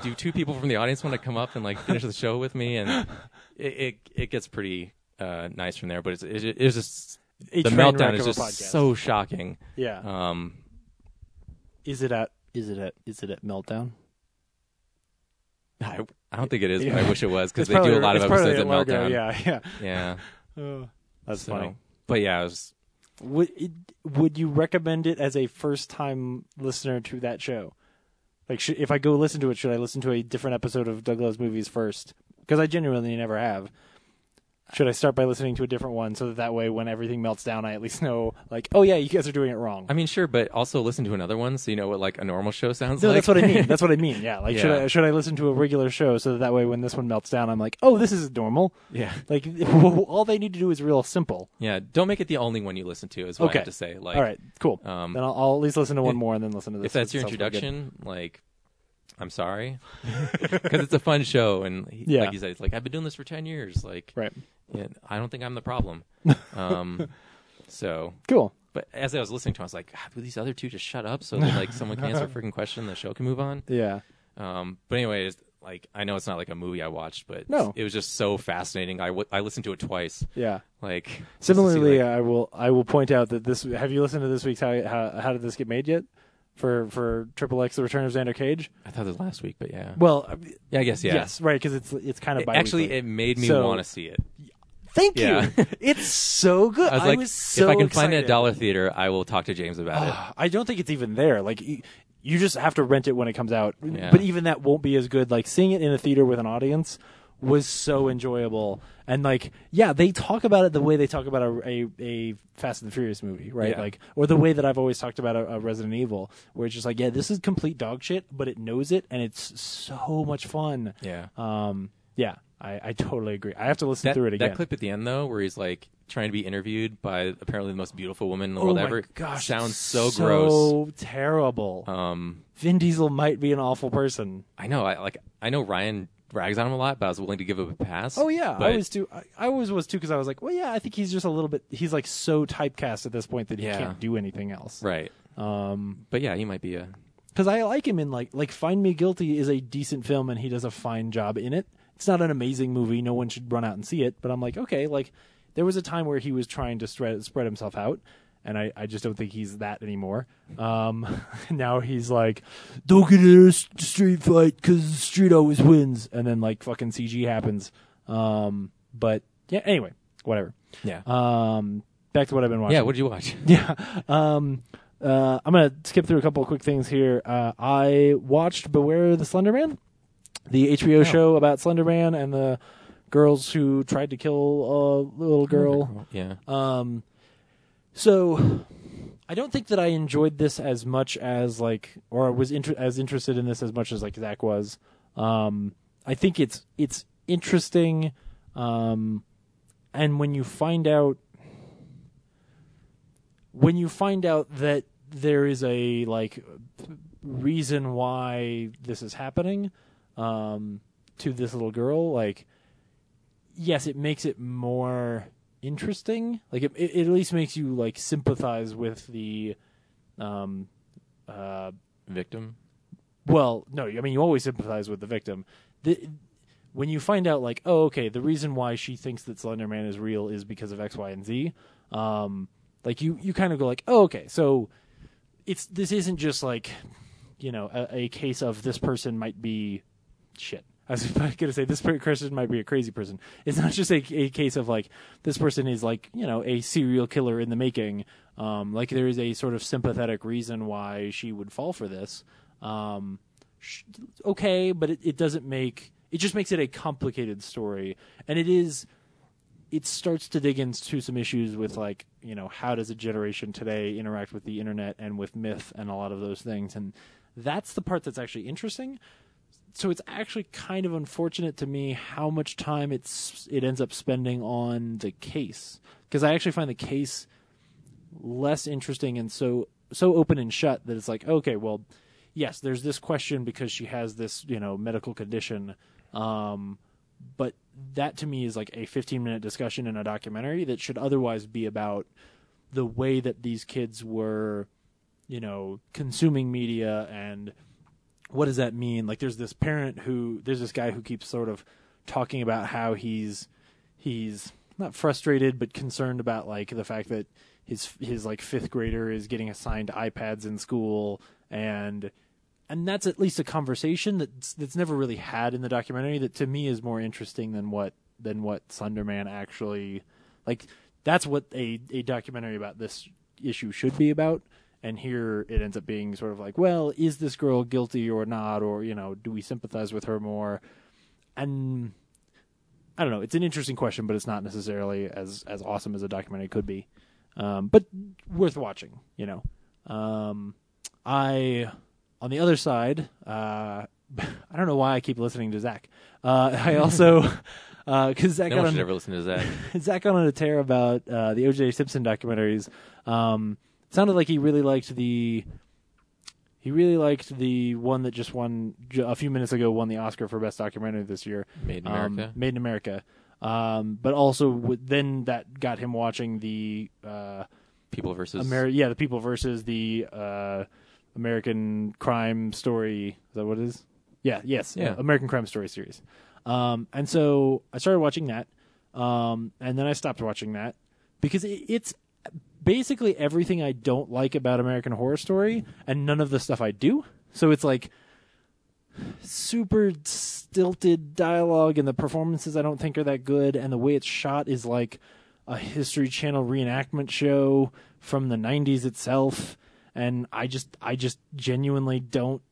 do two people from the audience want to come up and like finish the show with me?" And it it, it gets pretty uh, nice from there, but it's it, it's just A the train wreck meltdown is of a just podcast. so shocking. Yeah. Um, Is it at? Is it at? Is it at meltdown? I, I don't think it is, but Yeah. I wish it was because It's they do probably- a lot of it's probably episodes at the logo, meltdown. Yeah, yeah. yeah. Oh, that's So- funny. But yeah, it was Would it, would you recommend it as a first time listener to that show? Like, should, if I go listen to it, should I listen to a different episode of Doug Loves Movies first? Because I genuinely never have. Should I start by listening to a different one so that that way, when everything melts down, I at least know, like, oh yeah, you guys are doing it wrong. I mean, sure, but also listen to another one so you know what like a normal show sounds no, like. that's what I mean. That's what I mean. Yeah, like should Yeah. I should I listen to a regular show so that, that way when this one melts down, I'm like, oh, this is normal. yeah, Like all they need to do is real simple. yeah. Don't make it the only one you listen to. Is what Okay. I have to say. Like, all right, cool. um, then I'll, I'll at least listen to one if- more and then listen to this. if that's your Sounds pretty good. introduction, like, I'm sorry, because it's a fun show, and he, Yeah. like you said, it's like I've been doing this for ten years. Like, Right. yeah, I don't think I'm the problem. Um, so, Cool. but as I was listening to, him, I was like, God, will these other two just shut up so that like someone can answer a freaking question, and the show can move on. Yeah. Um, but anyway, it's, like I know it's not like a movie I watched, but No. it was just so fascinating. I, w- I listened to it twice. Yeah. Like just to see, Similarly, like- I will I will point out that this. Have you listened to this week's how how, how did this get made yet? For for Triple X, The Return of Xander Cage. I thought it was last week, but yeah, uh, Well, yeah, I guess yeah. yes, right, because it's it's kind of uh, It- actually, bi-weekly. it made me So- want to see it. Thank yeah. you. It's so good. I was like, so if I can excited. find that dollar theater, I will talk to James about it. I don't think it's even there. Like y- you just have to rent it when it comes out. Yeah. But even that won't be as good. Like seeing it in a theater with an audience was so enjoyable. And like yeah, they talk about it the way they talk about a a, a Fast and the Furious movie, right? Yeah. Like or the way that I've always talked about a, a Resident Evil, where it's just like yeah, this is complete dog shit, but it knows it and it's so much fun. Yeah. Um. Yeah. I, I totally agree. I have to listen That, through it again. that clip at the end though, where he's like trying to be interviewed by apparently the most beautiful woman in the oh world my ever, gosh! sounds it's so, so gross. terrible. Um, Vin Diesel might be an awful person. I know, I like, I know Ryan rags on him a lot, but I was willing to give him a pass. Oh yeah, I but- always do. I, I always was too because I was like, well, yeah, I think he's just a little bit. He's like so typecast at this point that he Yeah. can't do anything else. right. Um, but yeah, he might be a Because I like him in like like Find Me Guilty is a decent film and he does a fine job in it. It's not an amazing movie. No one should run out and see it. But I'm like, okay, like there was a time where he was trying to spread spread himself out. And I, I just don't think he's that anymore. Um, now he's like, don't get in a s- street fight because the street always wins. And then like fucking CG happens. Um, but yeah, anyway, whatever. yeah. Um, back to what I've been watching. yeah. What did you watch? Yeah. Um, uh, I'm gonna skip through a couple of quick things here. Uh, I watched Beware the Slender Man, the HBO show about Slender Man and the girls who tried to kill a little girl. Yeah. Uh, Um, so I don't think that I enjoyed this as much as like, or was inter- as interested in this as much as like Zach was. Um, I think it's it's interesting, um, and when you find out when you find out that there is a like reason why this is happening um, to this little girl, like yes, it makes it more interesting. Like it, it at least makes you like sympathize with the um, uh, Victim. well, no, I mean you always sympathize with the victim. The, when you find out, like, oh, okay, the reason why she thinks that Slender Man is real is because of X, Y, and Z. Um, like you, you kind of go like, oh, okay, so it's this isn't just like, you know, a, a case of this person might be shit. I was about to say this per- person might be a crazy person. It's not just a, a case of like this person is like you know a serial killer in the making. Um, like there is a sort of sympathetic reason why she would fall for this. Um, sh- okay, but it, it doesn't make it just makes it a complicated story, and it is it starts to dig into some issues with like you know how does a generation today interact with the internet and with myth and a lot of those things and that's the part that's actually interesting so it's actually kind of unfortunate to me how much time it's it ends up spending on the case because i actually find the case less interesting and so so open and shut that it's like okay well yes there's this question because she has this you know medical condition um but that to me is like a 15 minute discussion in a documentary that should otherwise be about the way that these kids were you know consuming media and what does that mean like there's this parent who there's this guy who keeps sort of talking about how he's he's not frustrated but concerned about like the fact that his his like fifth grader is getting assigned iPads in school and and that's at least a conversation that's that's never really had in the documentary that to me is more interesting than what than what Slenderman actually like that's what a a documentary about this issue should be about and here it ends up being sort of like well is this girl guilty or not or you know do we sympathize with her more and I don't know. It's an interesting question, but it's not necessarily as as awesome as a documentary could be, um, but worth watching. You know, um, I on the other side, uh, I don't know why I keep listening to Zach. Uh, I also because Zach No got one on, should ever listen to Zach. Zach got on a tear about uh, the O.J. Simpson documentaries. Um, sounded like he really liked the he really liked the one that just won ju- a few minutes ago won the Oscar for best documentary this year. Made in Um, America? Made in America. Um, but also w- then that got him watching the uh, People versus Ameri- yeah the People versus the uh, American Crime Story. Is that what it is? Yeah. Yes. Yeah. uh, American Crime Story series. Um, and so I started watching that, um, and then I stopped watching that because it, it's basically everything I don't like about American Horror Story, and none of the stuff I do. So it's like super stilted dialogue and the performances I don't think are that good and the way it's shot is like a history channel reenactment show from the 90s itself and I just I just genuinely don't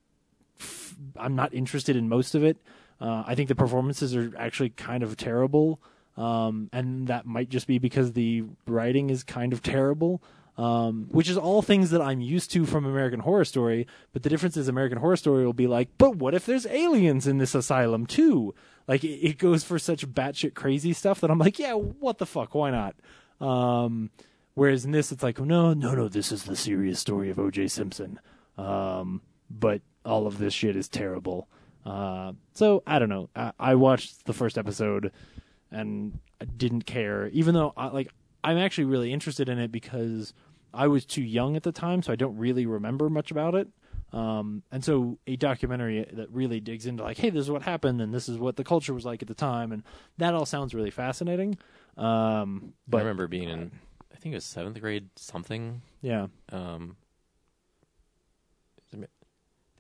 f- I'm not interested in most of it. Uh, I think the performances are actually kind of terrible, um, and that might just be because the writing is kind of terrible, um, which is all things that I'm used to from American Horror Story. But the difference is American Horror Story will be like, but what if there's aliens in this asylum too? Like it, it goes for such batshit crazy stuff that I'm like, yeah, what the fuck? Why not? Um, whereas in this, it's like, no, no, no, this is the serious story of O.J. Simpson. Um, but all of this shit is terrible. Uh, so I don't know. I, I watched the first episode and I didn't care, even though I, like I'm actually really interested in it because I was too young at the time, so I don't really remember much about it. Um, and so a documentary that really digs into like, hey, this is what happened, and this is what the culture was like at the time, and that all sounds really fascinating. Um, I but remember being in I think it was seventh grade something. yeah, Um, I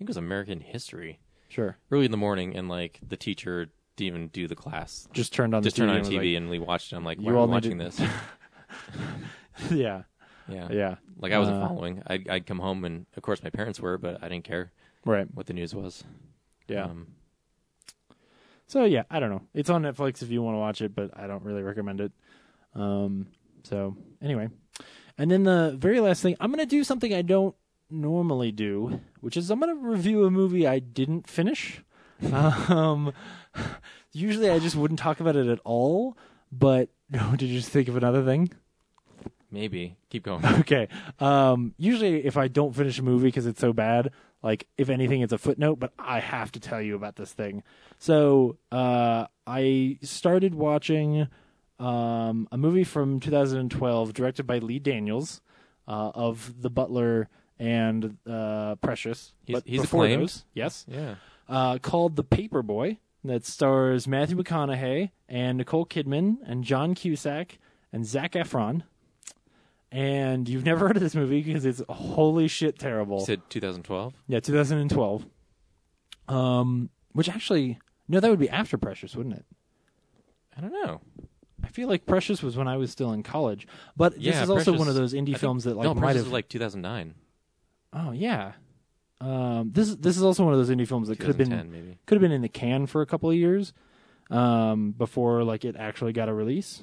think it was American history. sure. Early in the morning, and like the teacher didn't even do the class. Just turned on Just the TV turned on and was TV and we watched it. I'm like, "You why are all we watching need to-" this? like- yeah, Yeah. yeah, Like I wasn't Uh, following. I'd, I'd come home and of course my parents were, but I didn't care right, what the news was. yeah. Um, So yeah, I don't know. It's on Netflix if you want to watch it, but I don't really recommend it. Um, so anyway, and then the very last thing I'm gonna do something I don't normally do, which is I'm gonna review a movie I didn't finish. um, usually I just wouldn't talk about it at all, but did you just think of another thing? maybe keep going. Okay. Um, usually, if I don't finish a movie because it's so bad, like if anything, it's a footnote. But I have to tell you about this thing. So uh, I started watching um, a movie from 2012, directed by Lee Daniels, uh, of The Butler and uh, Precious. He's- but he's before acclaimed. those- yes. Yeah. Uh, called The Paperboy that stars Matthew McConaughey and Nicole Kidman and John Cusack and Zach Efron. And you've never heard of this movie because it's holy shit terrible. You said 2012. Yeah, 2012. Um, which actually, no, that would be after Precious, wouldn't it? I don't know. I feel like Precious was when I was still in college, but yeah, this is also Precious- one of those I indie think- films that like no, might Precious have. was like 2009, oh yeah, um, this is- this is also one of those indie films that could have 2010 been maybe. could have been in the can for a couple of years um, before like it actually got a release.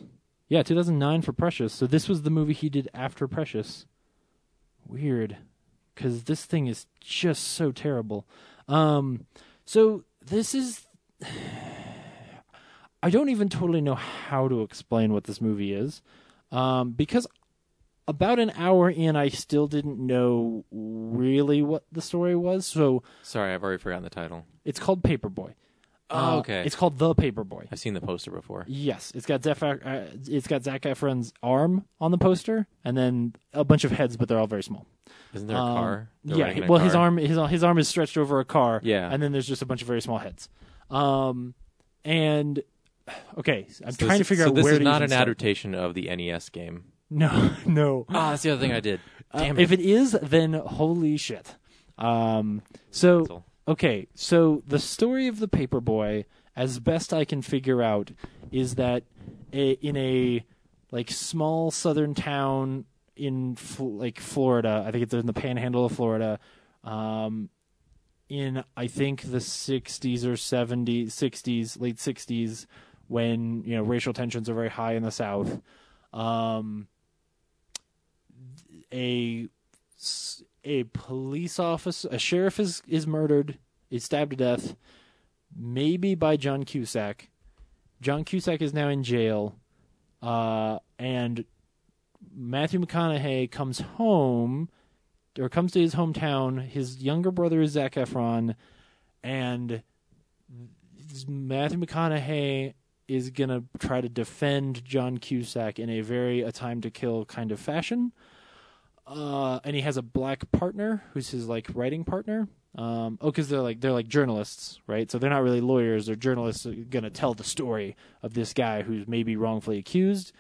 Yeah, 2009 for Precious. So this was the movie he did after Precious. Weird, because this thing is just so terrible. Um, so this is. I don't even totally know how to explain what this movie is, um, because about an hour in, I still didn't know really what the story was. So Sorry, I've already forgotten the title. it's called Paperboy. Oh, okay. Uh, It's called The Paperboy. I've seen the poster before. Yes, it's got Zeph- uh, it's got Zac Efron's arm on the poster, and then a bunch of heads, but they're all very small. Isn't there a Um, car? They're yeah. riding in a well, his car. arm his his arm is stretched over a car. Yeah. And then there's just a bunch of very small heads. Um, and okay, I'm So trying to this- figure so out this where is to not even an start. adaptation of the NES game. No, no. Ah, that's the other thing I did. Damn Uh, it. If it is, then holy shit. Um, so Mental. okay, so the story of the paperboy, as best I can figure out, is that a, in a like small southern town in F- like Florida, I think it's in the Panhandle of Florida, um, in I think the 60s or 70s, 60s, late 60s, when you know racial tensions are very high in the South. Um, a s- a police officer, a sheriff is is murdered, is stabbed to death, maybe by John Cusack. John Cusack is now in jail, uh, and Matthew McConaughey comes home, or comes to his hometown. His younger brother is Zac Efron, and Matthew McConaughey is gonna try to defend John Cusack in a very A Time to Kill kind of fashion uh, and he has a black partner who's his like writing partner. Um, oh, because they're like they're like journalists, right? So they're not really lawyers; they're journalists who are gonna tell the story of this guy who's maybe wrongfully accused.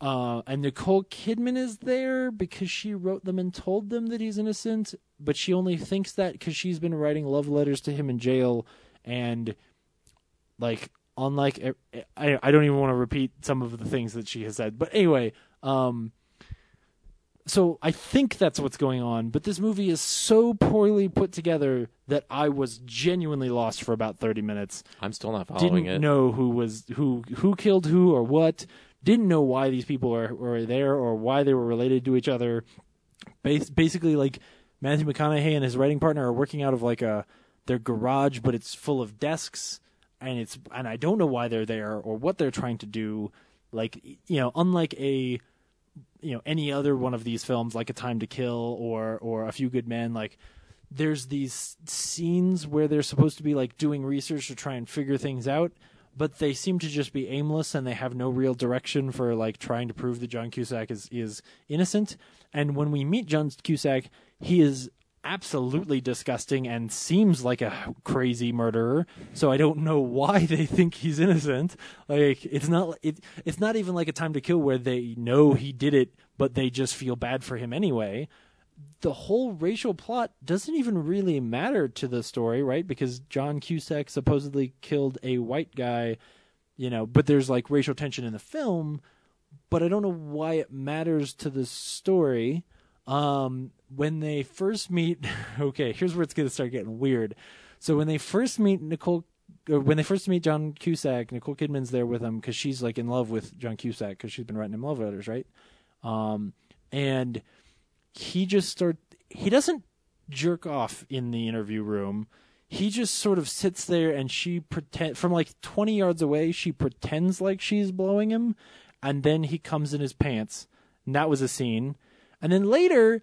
Uh, and Nicole Kidman is there because she wrote them and told them that he's innocent, but she only thinks that because she's been writing love letters to him in jail, and like unlike e- I, I don't even want to repeat some of the things that she has said, but anyway, um, so I think that's what's going on, but this movie is so poorly put together that I was genuinely lost for about 30 minutes. I'm still not following didn't it. know who was who who killed who or what, didn't know why these people are were there or why they were related to each other. Bas- basically like Matthew McConaughey and his writing partner are working out of like a their garage, but it's full of desks, and it's and I don't know why they're there or what they're trying to do. Like you know, unlike a you know any other one of these films, like A Time to Kill or or A Few Good Men, like there's these scenes where they're supposed to be like doing research to try and figure things out but they seem to just be aimless and they have no real direction for like trying to prove that John Cusack is is innocent and when we meet John Cusack he is absolutely disgusting and seems like a crazy murderer so i don't know why they think he's innocent like it's not it, it's not even like a time to kill where they know he did it but they just feel bad for him anyway the whole racial plot doesn't even really matter to the story, right? Because John Cusack supposedly killed a white guy, you know, but there's like racial tension in the film, but I don't know why it matters to the story. Um, when they first meet, okay, here's where it's going to start getting weird. So when they first meet Nicole, or when they first meet John Cusack, Nicole Kidman's there with him because she's like in love with John Cusack because she's been writing him love letters, right? Um, and he just start he doesn't jerk off in the interview room he just sort of sits there and she pretend from like 20 yards away she pretends like she's blowing him and then he comes in his pants and that was a scene and then later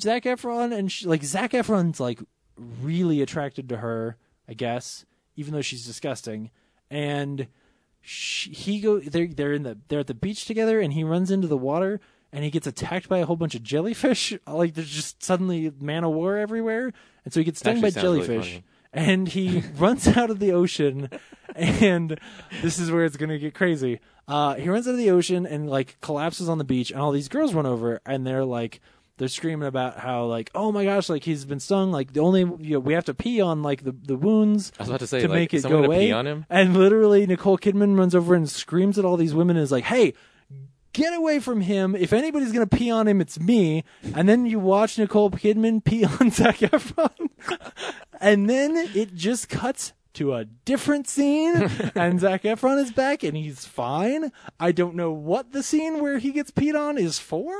Zach Efron and she, like Zach Efron's like really attracted to her I guess even though she's disgusting and she, he go they're they're in the they're at the beach together and he runs into the water and he gets attacked by a whole bunch of jellyfish. Like there's just suddenly man of war everywhere, and so he gets stung Actually by sounds really jellyfish. funny. and he runs out of the ocean, and this is where it's gonna get crazy. Uh, he runs out of the ocean and like collapses on the beach, and all these girls run over, and they're like, they're screaming about how like, oh my gosh, like he's been stung. Like the only you know, we have to pee on like the the wounds I was about to say, to like, make it someone go to away. pee on him? And literally, Nicole Kidman runs over and screams at all these women and is like, hey, get away from him. If anybody's going to pee on him, it's me. And then you watch Nicole Kidman pee on Zac Efron. and then it just cuts to a different scene and Zac Efron is back and he's fine. I don't know what the scene where he gets peed on is for,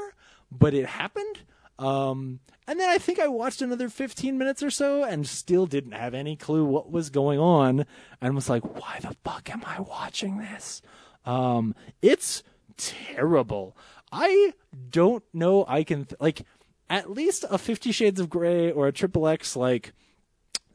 but it happened. Um, and then I think I watched another 15 minutes or so and still didn't have any clue what was going on and was like, why the fuck am I watching this? Um, it's terrible. I don't know. I can, th- like, at least a Fifty Shades of Grey or a Triple X, like,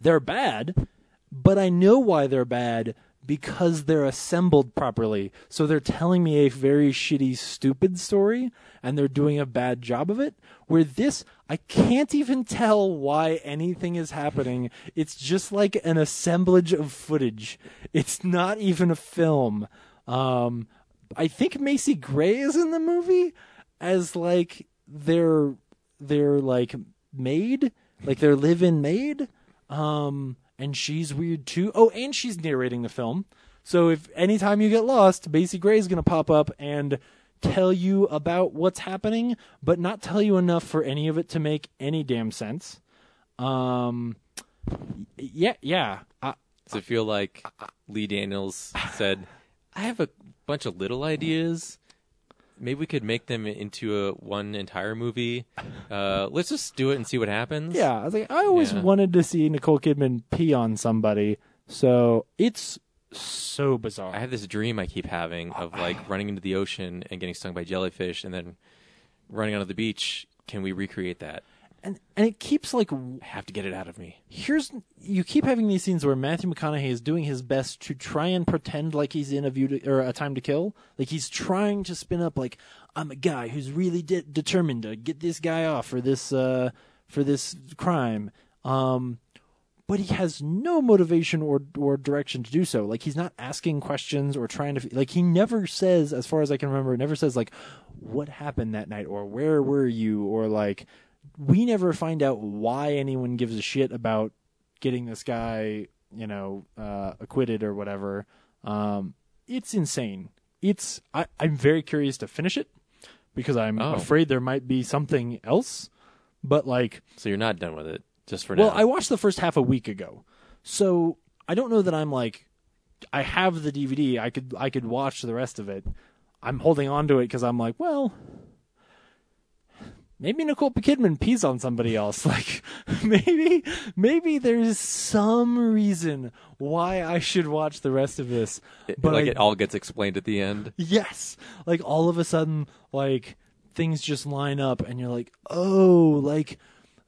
they're bad, but I know why they're bad because they're assembled properly. So they're telling me a very shitty, stupid story, and they're doing a bad job of it. Where this, I can't even tell why anything is happening. It's just like an assemblage of footage. It's not even a film. Um, I think Macy Gray is in the movie as like their their like maid, like their live-in maid. Um, and she's weird too. Oh, and she's narrating the film. So if anytime you get lost, Macy Gray is gonna pop up and tell you about what's happening, but not tell you enough for any of it to make any damn sense. Um, y- yeah, yeah. I, Does it feel like Lee Daniels said, I have a bunch of little ideas. Maybe we could make them into a one entire movie. Uh, let's just do it and see what happens. Yeah, I was like, I always Yeah. wanted to see Nicole Kidman pee on somebody, so it's so bizarre. I have this dream I keep having of like running into the ocean and getting stung by jellyfish and then running onto the beach. Can we recreate that? and and it keeps like w- I have to get it out of me. here's you keep having these scenes where Matthew McConaughey is doing his best to try and pretend like he's in a view to, or a time to kill, like he's trying to spin up like I'm a guy who's really de- determined to get this guy off for this uh for this crime. Um but he has no motivation or or direction to do so. Like he's not asking questions or trying to like he never says as far as I can remember, never says like what happened that night or where were you or like we never find out why anyone gives a shit about getting this guy, you know, uh, acquitted or whatever. Um, it's insane. It's I, I'm very curious to finish it because I'm Oh. afraid there might be something else. But like, So you're not done with it just for well, now. I watched the first half a week ago, so I don't know that I'm like, I have the DVD. I could I could watch the rest of it. I'm holding on to it because I'm like, well, maybe Nicole Kidman pees on somebody else. Like, maybe maybe there's some reason why I should watch the rest of this. It- but like I- it all gets explained at the end. yes like all of a sudden like things just line up and you're like oh like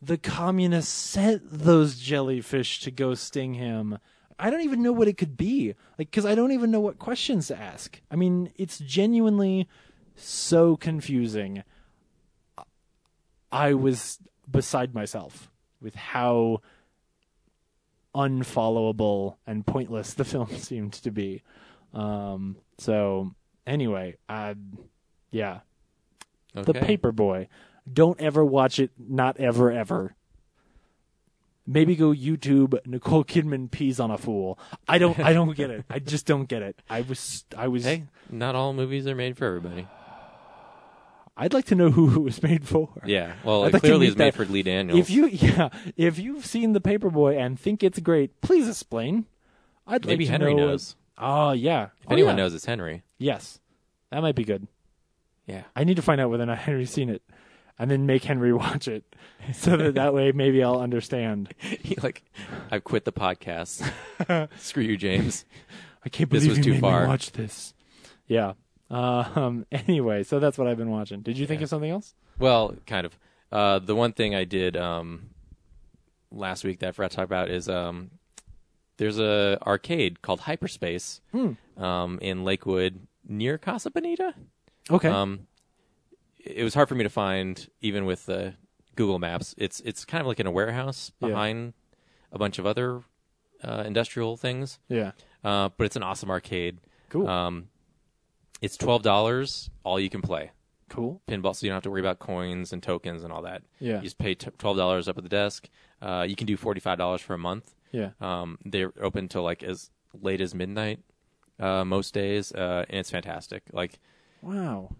the communists sent those jellyfish to go sting him i don't even know what it could be like because i don't even know what questions to ask i mean it's genuinely so confusing i was beside myself with how unfollowable and pointless the film seemed to be um, so anyway, uh, yeah, Okay. the Paperboy. Don't ever watch it. Not ever, ever. Maybe go YouTube. Nicole Kidman pees on a fool. I don't. I don't get it. I just don't get it. I was. I was. Hey, not all movies are made for everybody. I'd like to know who it was made for. Yeah. Well, I'd it like to clearly meet is made for that- Lee Daniels. If you, yeah, if you've seen the Paperboy and think it's great, please explain. I'd Maybe like to Henry know- knows. Oh yeah. If Oh, anyone yeah. knows, it's Henry. yes, that might be good. Yeah. I need to find out whether or not Henry's seen it, and then make Henry watch it, so that that way maybe I'll understand. He, like, I've quit the podcast. Screw you, James. I can't This believe was too you made far. me watch this. Yeah. Um. Anyway, so that's what I've been watching. Did you think of something else? Well, kind of. Uh, the one thing I did um, last week that I forgot to talk about is um, there's a arcade called Hyperspace Hmm. um, in Lakewood near Casa Bonita. Okay. Um, it was hard for me to find even with uh, Google Maps. It's it's kind of like in a warehouse Yeah. behind a bunch of other uh, industrial things. Yeah. Uh, but it's an awesome arcade. Cool. Um, it's twelve dollars, all you can play Cool. pinball, so you don't have to worry about coins and tokens and all that. Yeah. you just pay t- twelve dollars up at the desk. Uh, you can do forty five dollars for a month. Yeah. Um, they're open till like as late as midnight uh, most days, uh, and it's fantastic. Like Wow.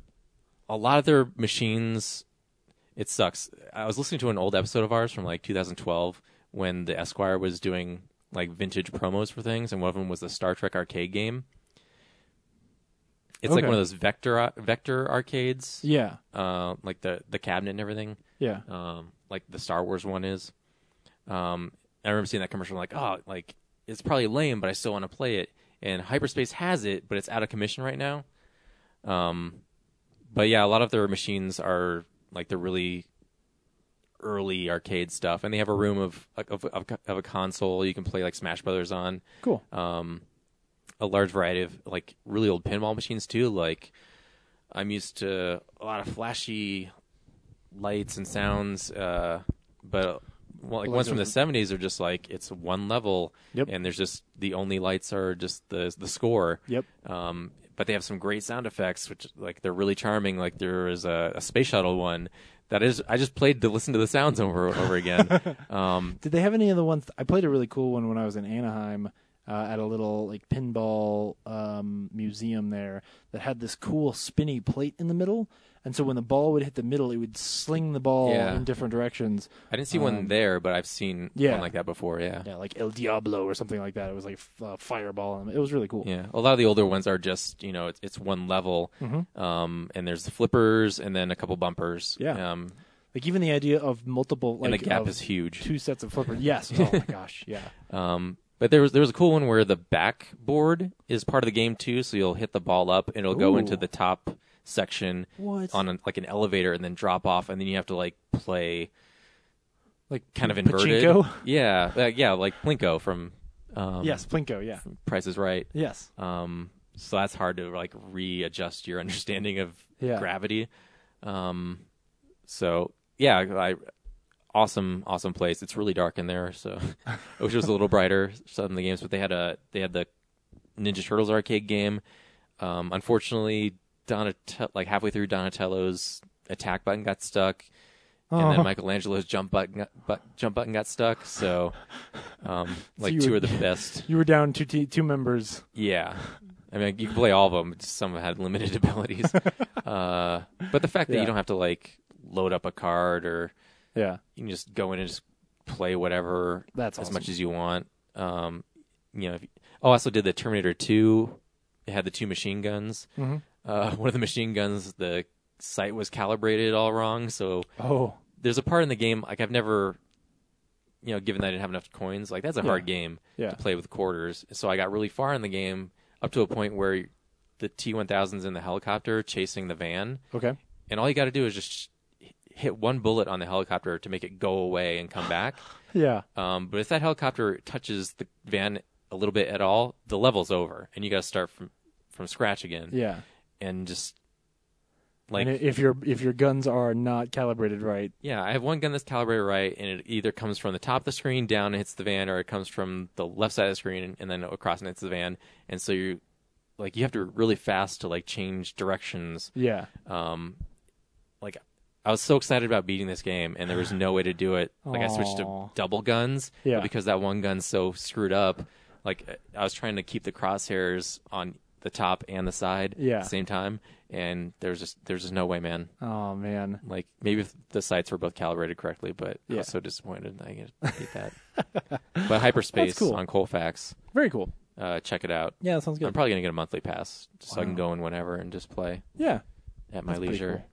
a lot of their machines it sucks i was listening to an old episode of ours from like 2012 when the esquire was doing like vintage promos for things and one of them was the star trek arcade game it's like Okay. one of those vector vector arcades Yeah. uh, like the the cabinet and everything Yeah. um, like the Star Wars one is. Um, I remember seeing that commercial. I'm like, oh, like it's probably lame, but I still want to play it. And Hyperspace has it, but it's out of commission right now. Um, but yeah, a lot of their machines are like the really early arcade stuff, and they have a room of of of, of a console you can play like Smash Brothers on. Cool. Um, a large variety of like really old pinball machines too. Like I'm used to a lot of flashy lights and sounds, uh, but well, like ones from the '70s are just like it's one level, Yep. and there's just the only lights are just the the score. Yep. Um, but they have some great sound effects, which like they're really charming. Like there is a, a space shuttle one that is I just played to listen to the sounds over and over again. um, Did they have any of the ones? I played a really cool one when I was in Anaheim uh, at a little like pinball um, museum there that had this cool spinny plate in the middle, and so when the ball would hit the middle, it would sling the ball Yeah. in different directions. I didn't see one Um, there, but I've seen yeah. one like that before. Yeah. Yeah, like El Diablo or something like that. It was like f- uh, fireball. and It was really cool. Yeah, a lot of the older ones are just you know it's, it's one level, Mm-hmm. um, and there's the flippers and then a couple bumpers. Yeah. um, Like even the idea of multiple like and the gap of is huge. two sets of flippers. Yes. Oh my gosh. Yeah. Um, but there was there was a cool one where the backboard is part of the game too, so you'll hit the ball up and it'll go into Ooh. the top section What? on an, like an elevator and then drop off, and then you have to like play Like kind of inverted. Pachinko? Yeah, uh, yeah, like Plinko from um, Yes, Plinko. Yeah. Price is Right. Yes. Um, so that's hard to like readjust your understanding of Yeah. gravity. Um, so yeah, I awesome, awesome place. It's really dark in there, so I wish it was a little brighter some of the games. But they had a they had the Ninja Turtles arcade game. Um, unfortunately, Donatello like halfway through Donatello's attack button got stuck. And Oh. then Michelangelo's jump button, got, but, jump button got stuck. So, um, like you two were- are the best. You were down two t- two members. Yeah. I mean, you can play all of them. Just some had limited abilities. uh, but the fact that Yeah. you don't have to like load up a card or Yeah. you can just go in and just play whatever That's as awesome. much as you want. Um, you know, if you, oh, I also did the Terminator 2. It had the two machine guns. Mm-hmm. Uh, one of the machine guns, the sight was calibrated all wrong. So Oh. there's a part in the game like I've never, you know, given that I didn't have enough coins, like that's a hard game Yeah. to play with quarters. So I got really far in the game up to a point where the T1000's in the helicopter chasing the van, Okay. and all you got to do is just sh- hit one bullet on the helicopter to make it go away and come back. Yeah. Um, but if that helicopter touches the van a little bit at all, the level's over, and you got to start from from scratch again. Yeah. and just like Like if your if your guns are not calibrated right. Yeah, I have one gun that's calibrated right, and it either comes from the top of the screen down and hits the van, or it comes from the left side of the screen and, and then across and hits the van. And so you, like, you have to really fast to like change directions. Yeah. Um, like, I was so excited about beating this game, and there was no way to do it. Like, I switched to Aw. double guns, but Yeah. because that one gun's so screwed up, like, I was trying to keep the crosshairs on the top and the side Yeah. at the same time, and there's just there's just no way, man Oh man. like maybe if the sites were both calibrated correctly, but I Yeah. was so disappointed that I could beat that. but hyperspace That's cool. on Colfax, Very cool. uh, check it out. Yeah, that sounds I'm good. probably gonna get a monthly pass just so I can go in whenever and just play yeah. at my That's pretty leisure. cool.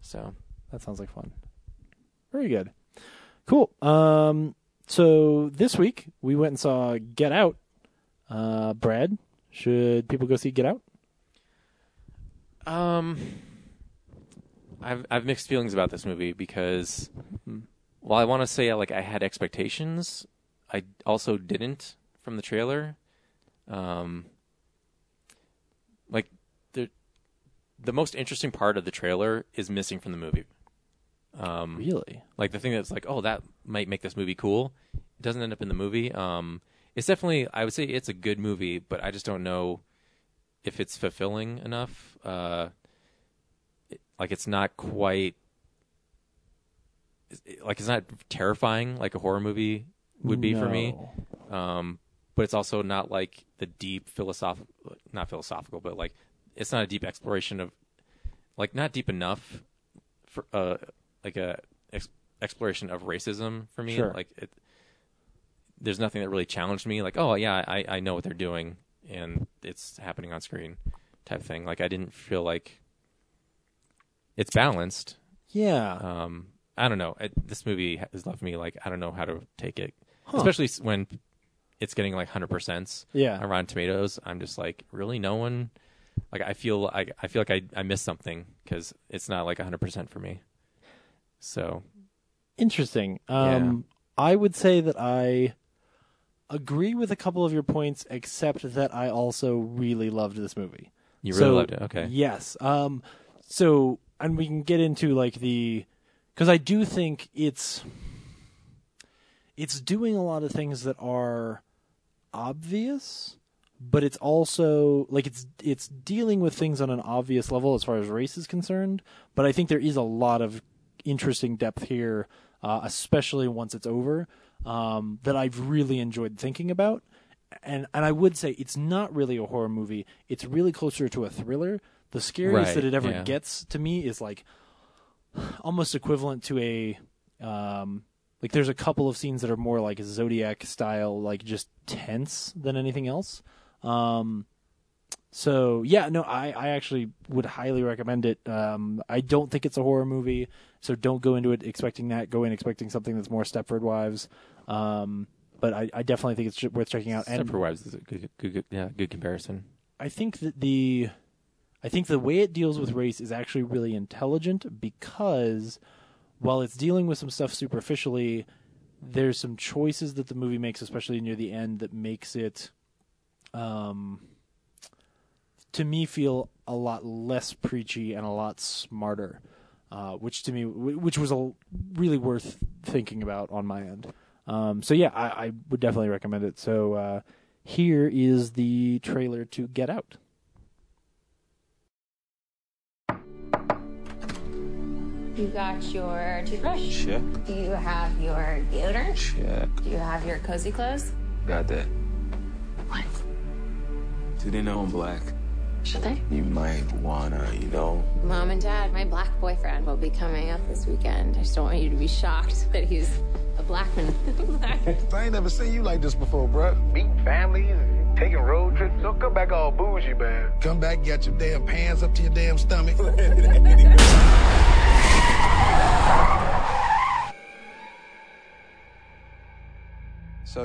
So That sounds like fun. Very good. Cool. Um so this week we went and saw Get Out. Uh Brad, should people go see Get Out? Um, I've I've mixed feelings about this movie because while I want to say like I had expectations, I also didn't from the trailer. Um, like there, the most interesting part of the trailer is missing from the movie. Um, Really? like the thing that's like, oh, that might make this movie cool. It doesn't end up in the movie. Um, it's definitely, I would say, it's a good movie, but I just don't know if it's fulfilling enough. Uh, it- like it's not quite, it- like it's not terrifying like a horror movie would be for me. No. Um, but it's also not like the deep philosophical, not philosophical, but like it's not a deep exploration of, like not deep enough for uh like a ex- exploration of racism for me. Sure. Like it, there's nothing that really challenged me. Like oh yeah, I I know what they're doing and it's happening on screen, type thing. Like I didn't feel like it's balanced. Yeah. Um, I don't know. It, this movie has left me like I don't know how to take it, especially s- when it's getting like hundred percent Yeah. on Rotten Tomatoes. I'm just like, really, no one. Like I feel, I I feel like I I missed something because it's not like hundred percent for me. So Interesting. Um, I would say that I agree with a couple of your points, except that I also really loved this movie. you really loved it, okay? Yes. Um, so, and we can get into like the, because I do think it's, it's doing a lot of things that are obvious, but it's also like it's it's dealing with things on an obvious level as far as race is concerned. But I think there is a lot of interesting depth here, uh, especially once it's over, um, that I've really enjoyed thinking about. And and I would say it's not really a horror movie. It's really closer to a thriller. The scariest Right, that it ever yeah. gets to me is like almost equivalent to a um like there's a couple of scenes that are more like zodiac style like just tense than anything else um so yeah no i i actually would highly recommend it um i don't think it's a horror movie so don't go into it expecting that go in expecting something that's more stepford wives um but i, I definitely think it's worth checking out and Stepford Wives is a good, good, good- yeah, good comparison. I think that the I think the way it deals with race is actually really intelligent because while it's dealing with some stuff superficially, there's some choices that the movie makes, especially near the end, that makes it um to me feel a lot less preachy and a lot smarter. Uh, which to me, wh- which was a really worth thinking about on my end. Um, so yeah, I, I would definitely recommend it. So uh, here is the trailer to Get Out. You got your toothbrush? Check. Do you have your deodorant? Check. Do you have your cozy clothes? Got that. What? Do they know I'm black? Should they? You might wanna, you know. Mom and Dad, my black boyfriend will be coming out this weekend. I just don't want you to be shocked that he's a black man. black. I ain't never seen you like this before, bruh. meeting families, taking road trips. Don't come back all bougie, man. Come back, got your damn pants up to your damn stomach. So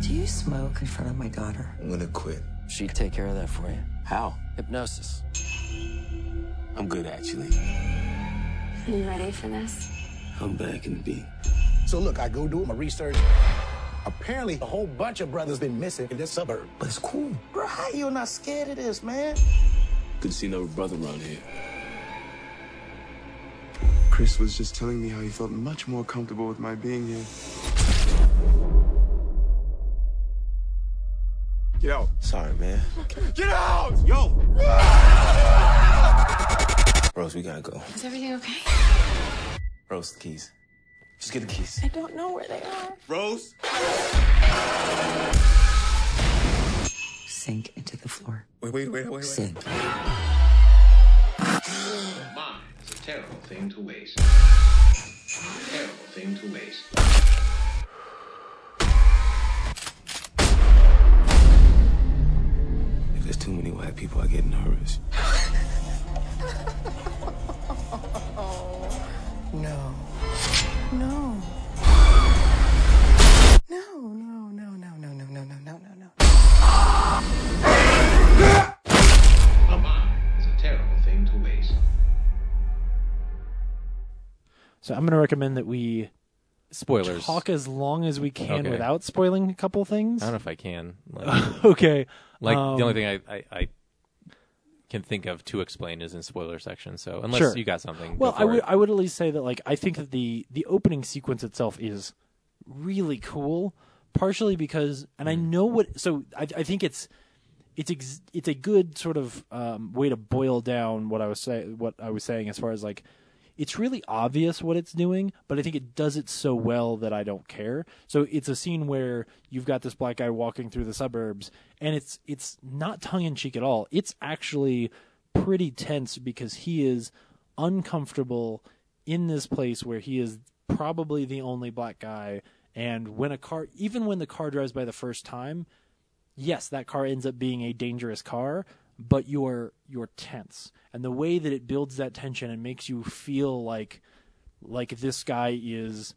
Do you smoke in front of my daughter? I'm gonna quit. She'd take care of that for you. How? Hypnosis. I'm good, actually. Are you ready for this? I'm back in the beat. So look, I go do my research. Apparently, a whole bunch of brothers been missing in this suburb. But it's cool. Bro, how you not scared of this, man? Couldn't see no brother around here. Chris was just telling me how he felt much more comfortable with my being here. Get out. Sorry, man. Get out! Yo! Rose, we gotta go. Is everything okay? Rose, the keys. Just get the keys. I don't know where they are. Rose? Sink into the floor. Wait, wait, wait, wait, wait. Sink. Mine is a terrible thing to waste. Terrible thing to waste. If there's too many white people, I get nervous. No. No. No, no, no, no, no, no, no, no, no, no, no. A mind is a terrible thing to waste. So I'm going to recommend that we Spoilers. talk as long as we can Okay. without spoiling a couple I things. don't know if I can. Like, okay. Like Um, the only thing I, I, I can think of to explain is in spoiler section. So unless Sure. you got something, Well, go I for would it. I would at least say that like I think that the the opening sequence itself is really cool, partially because and Hmm. I know what so I I think it's it's ex, it's a good sort of um, way to boil down what I was say what I was saying as far as like it's really obvious what it's doing, but I think it does it so well that I don't care. So it's a scene where you've got this black guy walking through the suburbs, and it's it's not tongue in cheek at all. It's actually pretty tense because he is uncomfortable in this place where he is probably the only black guy. And when a car, even when the car drives by the first time, yes, that car ends up being a dangerous car, but you're you're tense. And the way that it builds that tension and makes you feel like like this guy is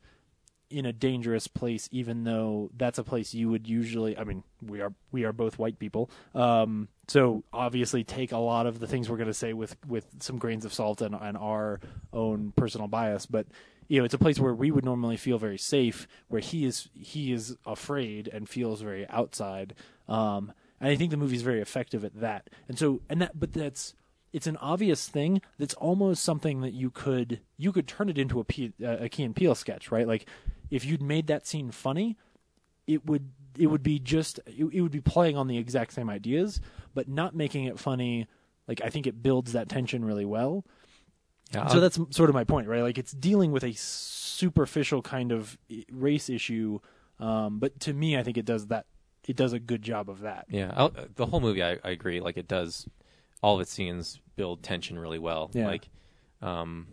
in a dangerous place, even though that's a place you would usually. I mean, we are we are both white people, um, so obviously take a lot of the things we're going to say with with some grains of salt and, and our own personal bias. But you know, it's a place where we would normally feel very safe, where he is he is afraid and feels very outside. Um, and I think the movie's very effective at that. And so, and that, but that's it's an obvious thing that's almost something that you could you could turn it into a, P, uh, a Key and Peele sketch, right? Like if you'd made that scene funny, it would it would be just it, it would be playing on the exact same ideas, but not making it funny. Like I think it builds that tension really well. Yeah, so I'll- that's m- sort of my point, right? Like it's dealing with a superficial kind of i- race issue, um, but to me, I think it does that. It does a good job of that. Yeah, I'll, the whole movie, I, I agree. Like it does, all of its scenes build tension really well. Yeah. Like, um,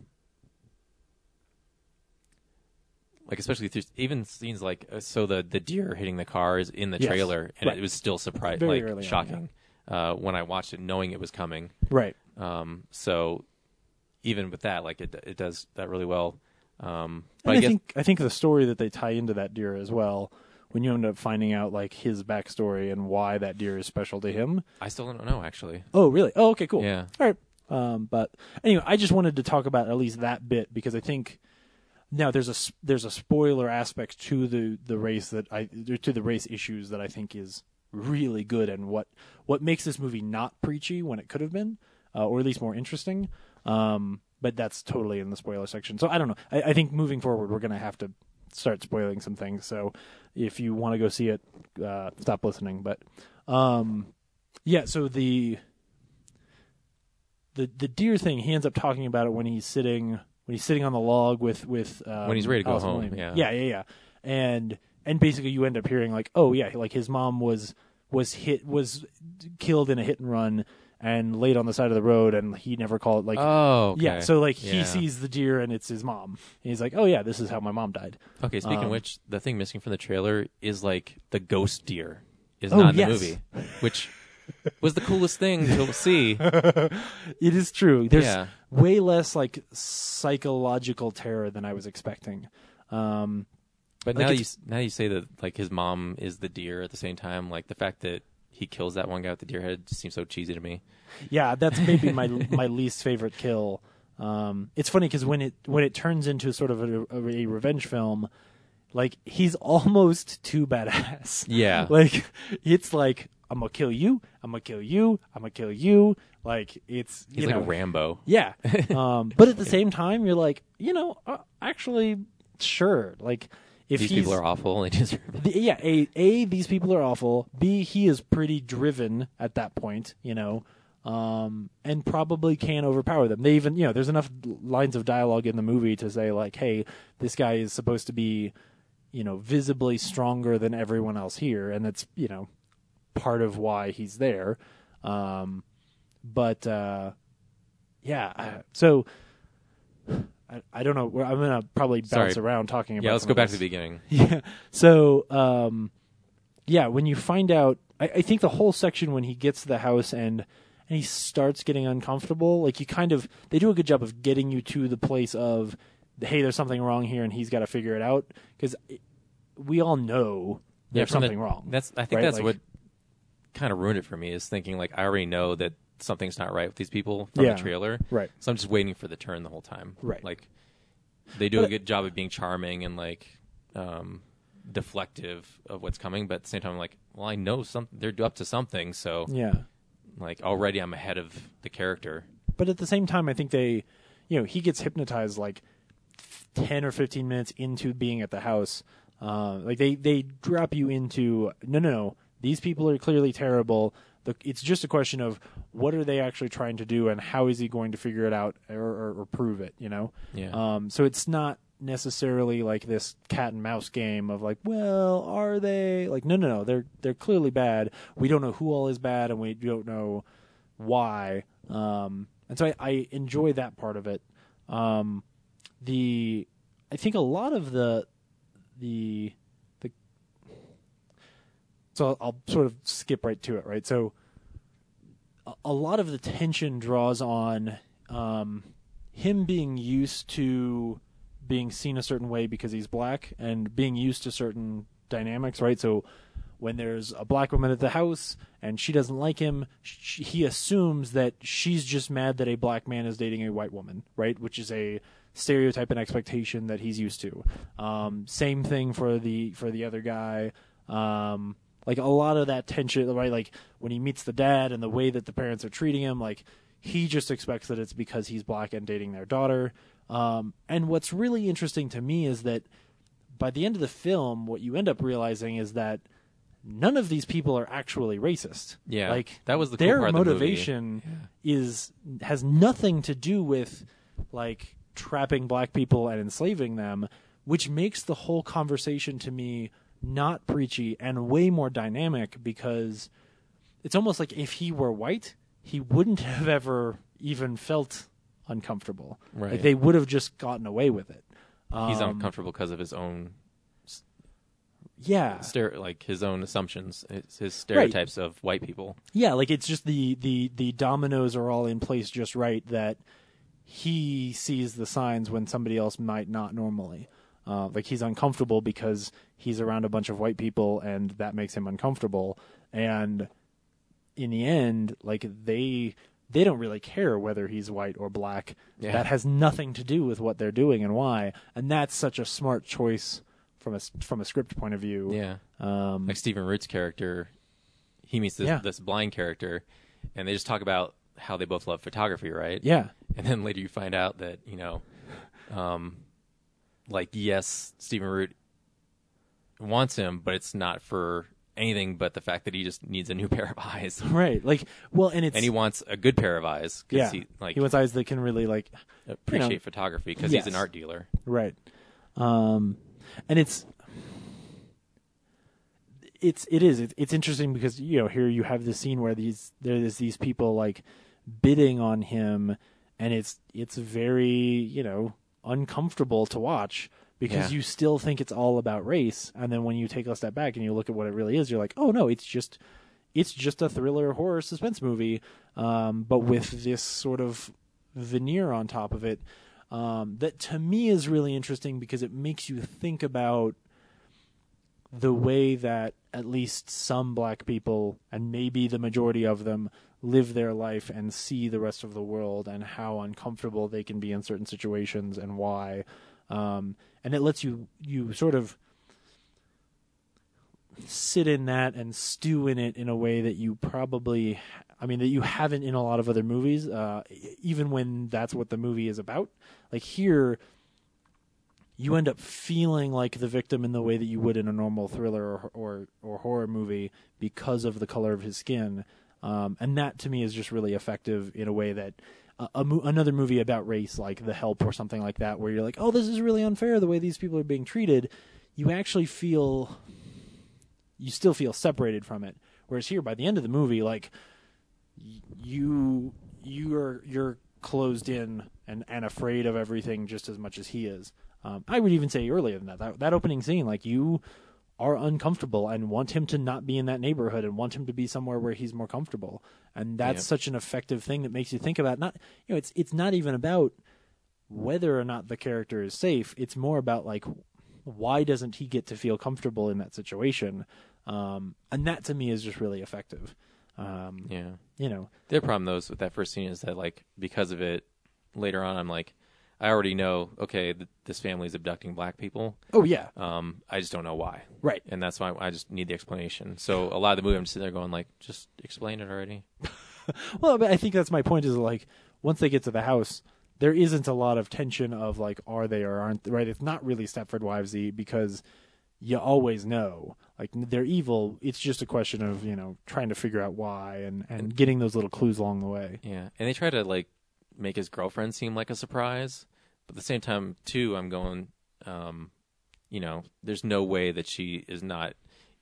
like especially through even scenes like uh, so the the deer hitting the car is in the Yes. trailer, and Right. it was still surprising, Very like early on, shocking uh, when I watched it, knowing it was coming. Right. Um. So even with that, like it it does that really well. Um. But And I I, guess think I think the story that they tie into that deer as well, when you end up finding out like his backstory and why that deer is special to him. I still don't know actually. Oh, really? Oh, okay, cool. Yeah. All right. Um, but anyway, I just wanted to talk about at least that bit because I think now there's a s- there's a spoiler aspect to the the race that I to the race issues that I think is really good and what what makes this movie not preachy when it could have been uh, or at least more interesting. Um, but that's totally in the spoiler section. So I don't know. I, I think moving forward we're gonna have to start spoiling some things. So if you want to go see it, uh, stop listening. But um, yeah, so the the the deer thing. He ends up talking about it when he's sitting when he's sitting on the log with with um, When he's ready to go Allison home, Williams. yeah. yeah, yeah, yeah. And and basically, you end up hearing like, oh yeah, like his mom was was hit was killed in a hit and run and laid on the side of the road, and he never called like Oh, okay. yeah. So like Yeah. he sees the deer and it's his mom, and he's like, oh yeah, this is how my mom died. Okay, speaking Um, of which, the thing missing from the trailer is like the ghost deer is Oh, not in yes. the movie, which was the coolest thing to see. it is true. There's Yeah. way less like psychological terror than I was expecting. Um, But now like it's- you s- now you say that like his mom is the deer at the same time. Like the fact that he kills that one guy with the deer head just seems so cheesy to me. yeah, that's maybe my my least favorite kill. Um, it's funny because when it when it turns into sort of a, a revenge film, like he's almost too badass. Yeah. like it's like I'm gonna kill you, I'm gonna kill you, I'm gonna kill you. Like it's He's you like know, Rambo. Yeah, um, but at the same time, you're like you know uh, actually sure like if These he's, people are awful, and they deserve the, yeah, a a these people are awful. B he is pretty driven at that point, you know, um, and probably can overpower them. They even you know there's enough lines of dialogue in the movie to say like, hey, this guy is supposed to be, you know, visibly stronger than everyone else here, and that's you know part of why he's there. Um, but uh, yeah, I, so. I, I don't know. We're- I'm gonna probably bounce Sorry. around talking about. Yeah, let's some go of back this. to the beginning. Yeah. So, um, yeah, when you find out, I, I think the whole section when he gets to the house and and he starts getting uncomfortable, like you kind of they do a good job of getting you to the place of hey, there's something wrong here, and he's got to figure it out because we all know Yeah, there's from the- something wrong. That's I think right? that's Like- what kind of ruined it for me is thinking like I already know that something's not right with these people from Yeah, the trailer. right. So I'm just waiting for the turn the whole time. Right. Like they do But a good job of being charming and like um deflective of what's coming, but at the same time I'm like, well I know some they're up to something, so Yeah. Like already I'm ahead of the character. but at the same time i think they you know he gets hypnotized like 10 or 15 minutes into being at the house uh, like they they drop you into no no no these people are clearly terrible the, it's just a question of what are they actually trying to do and how is he going to figure it out or, or, or prove it you know Yeah. um, so it's not necessarily like this cat and mouse game of like well are they like no no no they're they're clearly bad we don't know who all is bad and we don't know why. Um, and so I, I enjoy that part of it. Um, the I think a lot of the the the so I'll, I'll sort of skip right to it. Right, so a, a lot of the tension draws on um, him being used to being seen a certain way because he's black and being used to certain dynamics. Right, so when there's a black woman at the house and she doesn't like him, sh he assumes that she's just mad that a black man is dating a white woman, right? Which is a stereotype and expectation that he's used to. Um, same thing for the for the other guy. Um, like a lot of that tension, right? Like when he meets the dad and the way that the parents are treating him, like he just expects that it's because he's black and dating their daughter. Um, and what's really interesting to me is that by the end of the film, what you end up realizing is that none of these people are actually racist. Yeah, like that was the cool their part of the movie. motivation is has nothing to do with like trapping black people and enslaving them, which makes the whole conversation to me not preachy and way more dynamic because it's almost like if he were white, he wouldn't have ever even felt uncomfortable. Right. Like they would have just gotten away with it. He's Um, uncomfortable because of his own s- Yeah. stere- like his own assumptions, his, his stereotypes of white people. Yeah, like it's just the the the dominoes are all in place just right that he sees the signs when somebody else might not normally. Uh, like he's uncomfortable because he's around a bunch of white people and that makes him uncomfortable. And in the end, like they they don't really care whether he's white or black. Yeah. That has nothing to do with what they're doing and why. And that's such a smart choice from a s- from a script point of view. Yeah. Um, like Stephen Root's character, he meets this, Yeah. this blind character, and they just talk about how they both love photography, right? Yeah. And then later you find out that you know, um, like yes, Stephen Root wants him, but it's not for anything but the fact that he just needs a new pair of eyes. Right. Like well, and it's and he wants a good pair of eyes. 'cause yeah. He, like he wants eyes that can really like you know, appreciate photography 'cause he's an art dealer. Right. Um, and it's it's it is it's, it's interesting because you know here you have the scene where these there is these people like bidding on him, and it's it's very you know uncomfortable to watch because Yeah. you still think it's all about race, and then when you take a step back and you look at what it really is, you're like, oh no, it's just it's just a thriller horror suspense movie, um, but with this sort of veneer on top of it um, that to me is really interesting because it makes you think about the way that at least some black people and maybe the majority of them live their life and see the rest of the world and how uncomfortable they can be in certain situations and why um, and it lets you you sort of sit in that and stew in it in a way that you probably i mean that you haven't in a lot of other movies uh, e- even when that's what the movie is about like here you end up feeling like the victim in the way that you would in a normal thriller or or, or horror movie because of the color of his skin, um, and that to me is just really effective in a way that uh, a mo- another movie about race like The Help or something like that, where you're like, oh, this is really unfair the way these people are being treated, you actually feel you still feel separated from it. Whereas here, by the end of the movie, like you you're you're closed in and and afraid of everything just as much as he is. Um, I would even say earlier than that, that that opening scene, like you are uncomfortable and want him to not be in that neighborhood and want him to be somewhere where he's more comfortable. And that's Yeah. such an effective thing that makes you think about not you know it's it's not even about whether or not the character is safe. It's more about like why doesn't he get to feel comfortable in that situation? Um, and that to me is just really effective. Um, Yeah. you know, Their problem though is with that first scene is that like because of it later on I'm like I already know okay th- this family's abducting black people. Oh, yeah. Um I just don't know why. Right. And that's why I just need the explanation. So a lot of the movie I'm just sitting there going like just explain it already. Well, but I think that's my point is like once they get to the house, there isn't a lot of tension of like are they or aren't they, right? It's not really Stepford Wivesy because you always know like they're evil. It's just a question of you know trying to figure out why and and getting those little clues along the way. Yeah, and they try to like make his girlfriend seem like a surprise, but at the same time, too, I'm going, um, you know, there's no way that she is not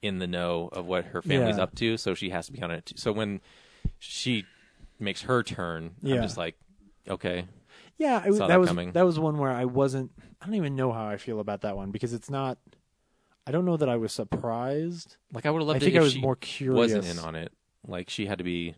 in the know of what her family's Yeah. up to, so she has to be on it. Too. So when she makes her turn, Yeah. I'm just like, okay, Yeah, I, saw that was coming. that was one where I wasn't. I don't even know how I feel about that one because it's not. I don't know that I was surprised. Like I would have loved I think it I if was she more curious. wasn't in on it. Like she had to be.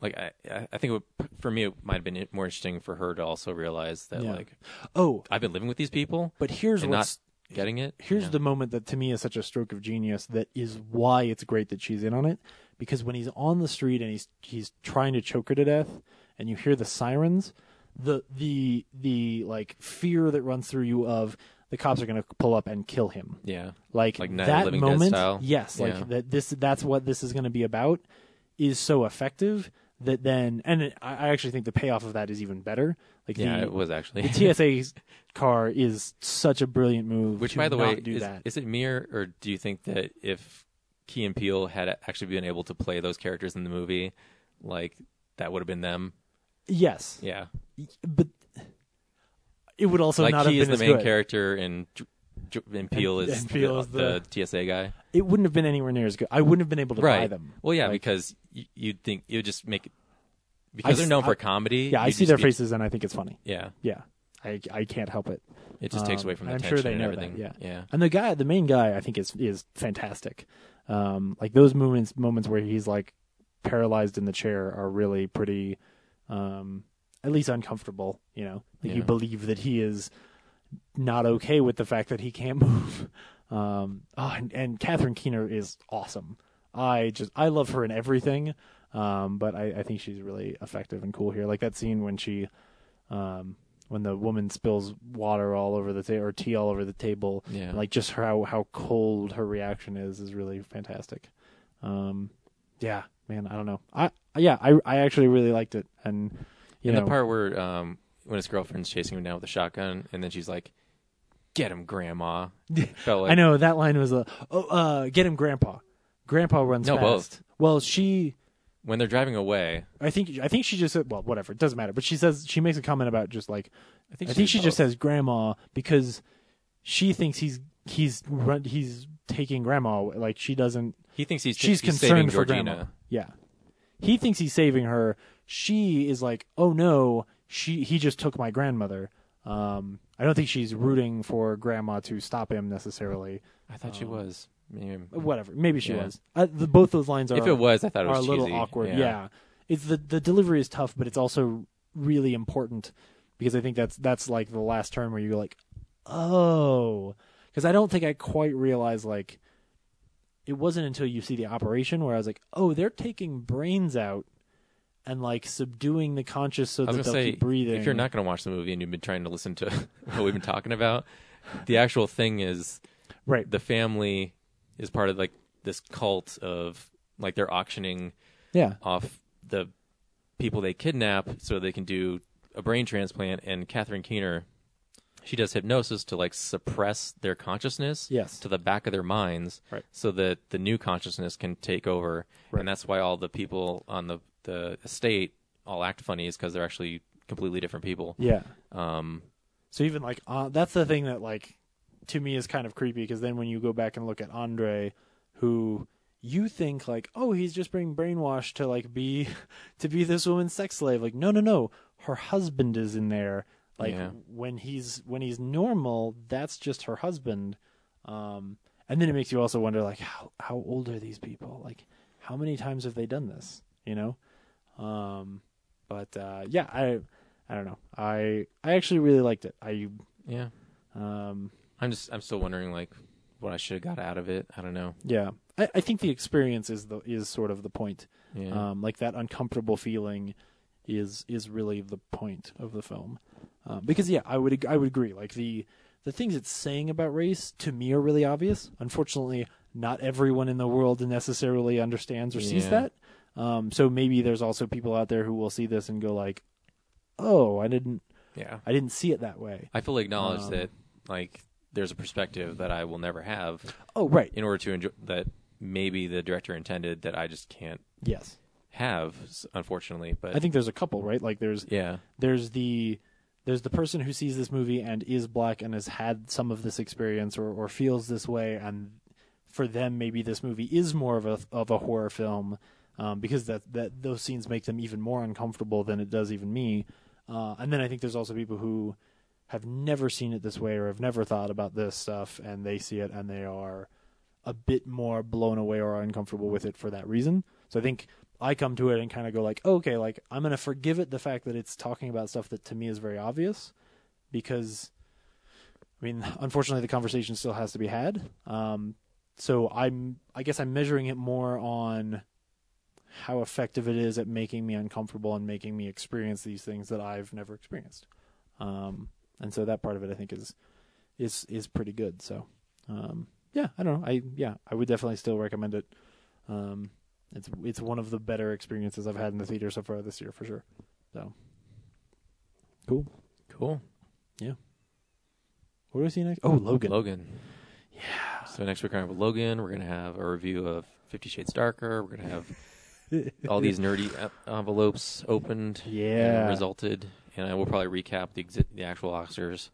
Like I, I- I think it would, for me it might have been more interesting for her to also realize that Yeah. like, Oh. I've been living with these people, But here's and what's not getting it. Here's the moment that to me is such a stroke of genius that is why it's great that she's in on it because when he's on the street and he's he's trying to choke her to death and you hear the sirens the the the like fear that runs through you of the cops are going to pull up and kill him. Yeah. Like, Like Night of the that Living Dead moment. style. Yes, like Yeah. that this that's what this is going to be about is so effective that then and it, I I actually think the payoff of that is even better. Like Yeah, the, it was actually. the TSA 's car is such a brilliant move. Which, to by the not way, do is, that. is it mere, or do you think that if Key and Peele had actually been able to play those characters in the movie, like that would have been them? Yes. Yeah. But it would also like not he have been is as the main good. character, and Dr- Dr- and Peele And- is, and Peele the, is the- the, TSA guy. It wouldn't have been anywhere near as good. I wouldn't have been able to buy right. them. Well, yeah, Like, because you, you'd think it would just make I because they're s- known I- for comedy. Yeah, I you'd see just their be- faces and I think it's funny. Yeah. Yeah. I, I can't help it. It just takes away from the Um, I'm sure tension they and know everything. That, yeah. Yeah. And the guy, the main guy, I think is is fantastic. Um, like those moments moments where he's like paralyzed in the chair are really pretty, um, at least uncomfortable. You know, like you Yeah. believe that he is not okay with the fact that he can't move. Um, oh, and, and Catherine Keener is awesome. I just I love her in everything. Um, but I, I think she's really effective and cool here. Like that scene when she, um, when the woman spills water all over the table or tea all over the table. Yeah. Like just how how cold her reaction is is really fantastic. Um, yeah, man, I don't know. I yeah, I I actually really liked it, and you and know, the part where um, when his girlfriend's chasing him down with a shotgun, and then she's like, "Get him, Grandma." Felt like- I know that line was a oh uh, get him, Grandpa. Grandpa runs No, fast. both. Well, she When they're driving away, I think I think she just said well whatever it doesn't matter but she says she makes a comment about just like I think think, she did she both. just says grandma because she thinks he's he's run, he's taking grandma away. like she doesn't He thinks he's- she's he's saving concerned for Georgina. grandma yeah he thinks he's saving her she is like oh no she he just took my grandmother um I don't think she's rooting for grandma to stop him necessarily I thought she was. Maybe- whatever maybe she Yeah. was I, the, both those lines are If it was, I thought it are was a little cheesy. awkward. Yeah. it's the the delivery is tough, but it's also really important because I think that's that's like the last turn where you're like, oh, because I don't think I quite realized like it wasn't until you see the operation where I was like, oh, they're taking brains out and like subduing the conscious so I that was they'll gonna say keep breathing. if you're not gonna watch the movie and you've been trying to listen to what we've been talking about, the actual thing is, right? The family is part of like this cult of like they're auctioning, Yeah. off the people they kidnap so they can do a brain transplant. And Catherine Keener, she does hypnosis to like suppress their consciousness, Yes. to the back of their minds, right. so that the new consciousness can take over. Right. And that's why all the people on the the estate all act funny is because they're actually completely different people. Yeah. Um. So even like uh, that's the thing that like to me is kind of creepy because then when you go back and look at Andre, who you think like oh he's just being brainwashed to like be to be this woman's sex slave like no no no her husband is in there like Yeah. when he's when he's normal that's just her husband um and then it makes you also wonder like how how old are these people like how many times have they done this you know um but uh yeah i I don't know. I I actually really liked it. I yeah. Um, I'm just I'm still wondering like what I should have got out of it. I don't know. Yeah, I, I think the experience is the is sort of the point. Yeah. Um, like that uncomfortable feeling is is really the point of the film. Um, because yeah, I would ag- I would agree. Like the the things it's saying about race to me are really obvious. Unfortunately, not everyone in the world necessarily understands or sees Yeah. that. Um, so maybe there's also people out there who will see this and go like, "Oh, I didn't." Yeah. I didn't see it that way. I fully acknowledge Um, that like there's a perspective that I will never have. Oh, right. In order to enjoy that, maybe the director intended that I just can't. Yes. Have s- unfortunately, but I think there's a couple, right? Like there's Yeah. there's the there's the person who sees this movie and is black and has had some of this experience or, or feels this way, and for them maybe this movie is more of a of a horror film um, because that that those scenes make them even more uncomfortable than it does even me. Uh, and then I think there's also people who have never seen it this way or have never thought about this stuff, and they see it and they are a bit more blown away or uncomfortable with it for that reason. So I think I come to it and kind of go like, okay, like I'm going to forgive it the fact that it's talking about stuff that to me is very obvious because I mean, unfortunately the conversation still has to be had. Um so I'm I guess I'm measuring it more on how effective it is at making me uncomfortable and making me experience these things that I've never experienced. Um and so that part of it I think is is is pretty good. So um yeah, I don't know. I yeah, I would definitely still recommend it. Um, it's it's one of the better experiences I've had in the theater so far this year for sure. So cool, cool. Yeah. What do we see next? Oh, Logan. Logan. Yeah. So next week we're gonna have Logan. We're gonna have a review of Fifty Shades Darker. We're gonna have all these nerdy e- envelopes opened. Yeah. And resulted, and I will probably recap the exi- the actual Oscars.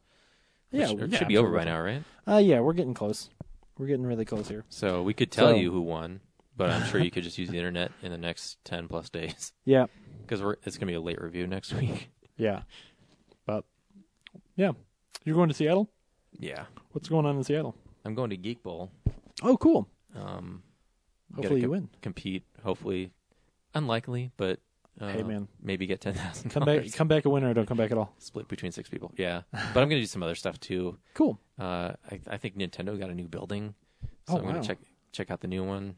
which Yeah, are- should yeah, be over by absolutely. now, right? Uh yeah, we're getting close. We're getting really close here. So we could tell So- you who won, but I'm sure you could just use the internet in the next ten plus days. Yeah. Because we're it's gonna be a late review next week. Yeah. But yeah, you're going to Seattle. Yeah. What's going on in Seattle? I'm going to Geek Bowl. Oh, cool. Um, gotta Hopefully you co- win. Compete. Hopefully, unlikely, but uh, Hey, man. maybe get ten thousand. Come back, come back a winner or don't come back at all. Split between six people. Yeah, but I'm gonna do some other stuff too. Cool. Uh, I, I think Nintendo got a new building, so Oh, I'm gonna wow. check check out the new one.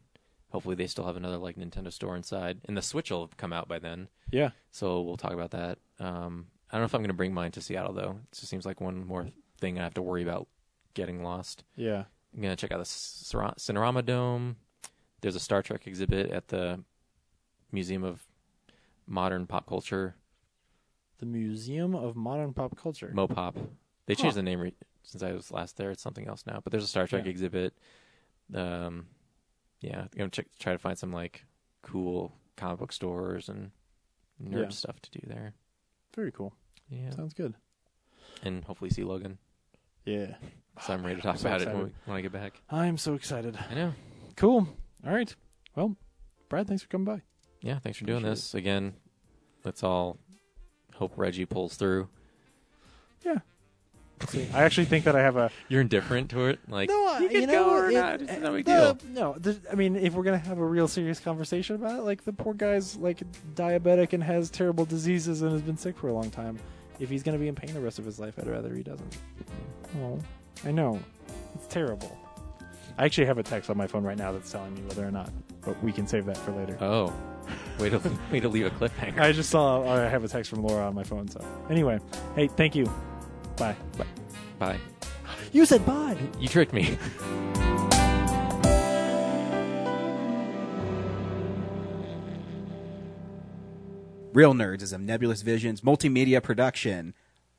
Hopefully, they still have another like Nintendo store inside, and the Switch will have come out by then. Yeah. So we'll talk about that. Um, I don't know if I'm gonna bring mine to Seattle though. It just seems like one more thing I have to worry about getting lost. Yeah. I'm gonna check out the Cera- Cinerama Dome. There's a Star Trek exhibit at the Museum of Modern Pop Culture, The Museum of Modern Pop Culture. MoPop. They Huh. changed the name re- since I was last there. It's something else now. But there's a Star Trek Yeah. exhibit. Um, yeah, I'm gonna check, try to find some like cool comic book stores and nerd Yeah. stuff to do there, Very cool. Yeah. Sounds good. and hopefully see Logan. Yeah. So I'm ready to I'm talk so about it when, we, excited. when I get back. I am so excited. I know. Cool. All right. Well, Brad, thanks for coming by. Yeah, thanks for doing Appreciate this again. Let's all hope Reggie pulls through. Yeah. I actually think that I have a. You're indifferent to it, like No, I- you you could know, go or it- not. It's no big deal. the- No, th- I mean, if we're gonna have a real serious conversation about it, like the poor guy's like diabetic and has terrible diseases and has been sick for a long time. If he's gonna be in pain the rest of his life, I'd rather he doesn't. Oh, I know, it's terrible. I actually have a text on my phone right now that's telling me whether or not, but we can save that for later. Oh, way to way to leave a cliffhanger. I just saw I have a text from Laura on my phone. So anyway, hey, thank you. Bye. Bye. You said bye. You tricked me. Real Nerds is a Nebulous Visions multimedia production.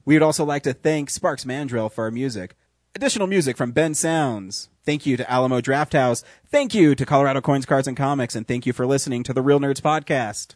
We would also like to thank Sparks Mandrell for our music. Additional music from Ben Sounds. Thank you to Alamo Drafthouse. Thank you to Colorado Coins, Cards, and Comics. And thank you for listening to the Real Nerds Podcast.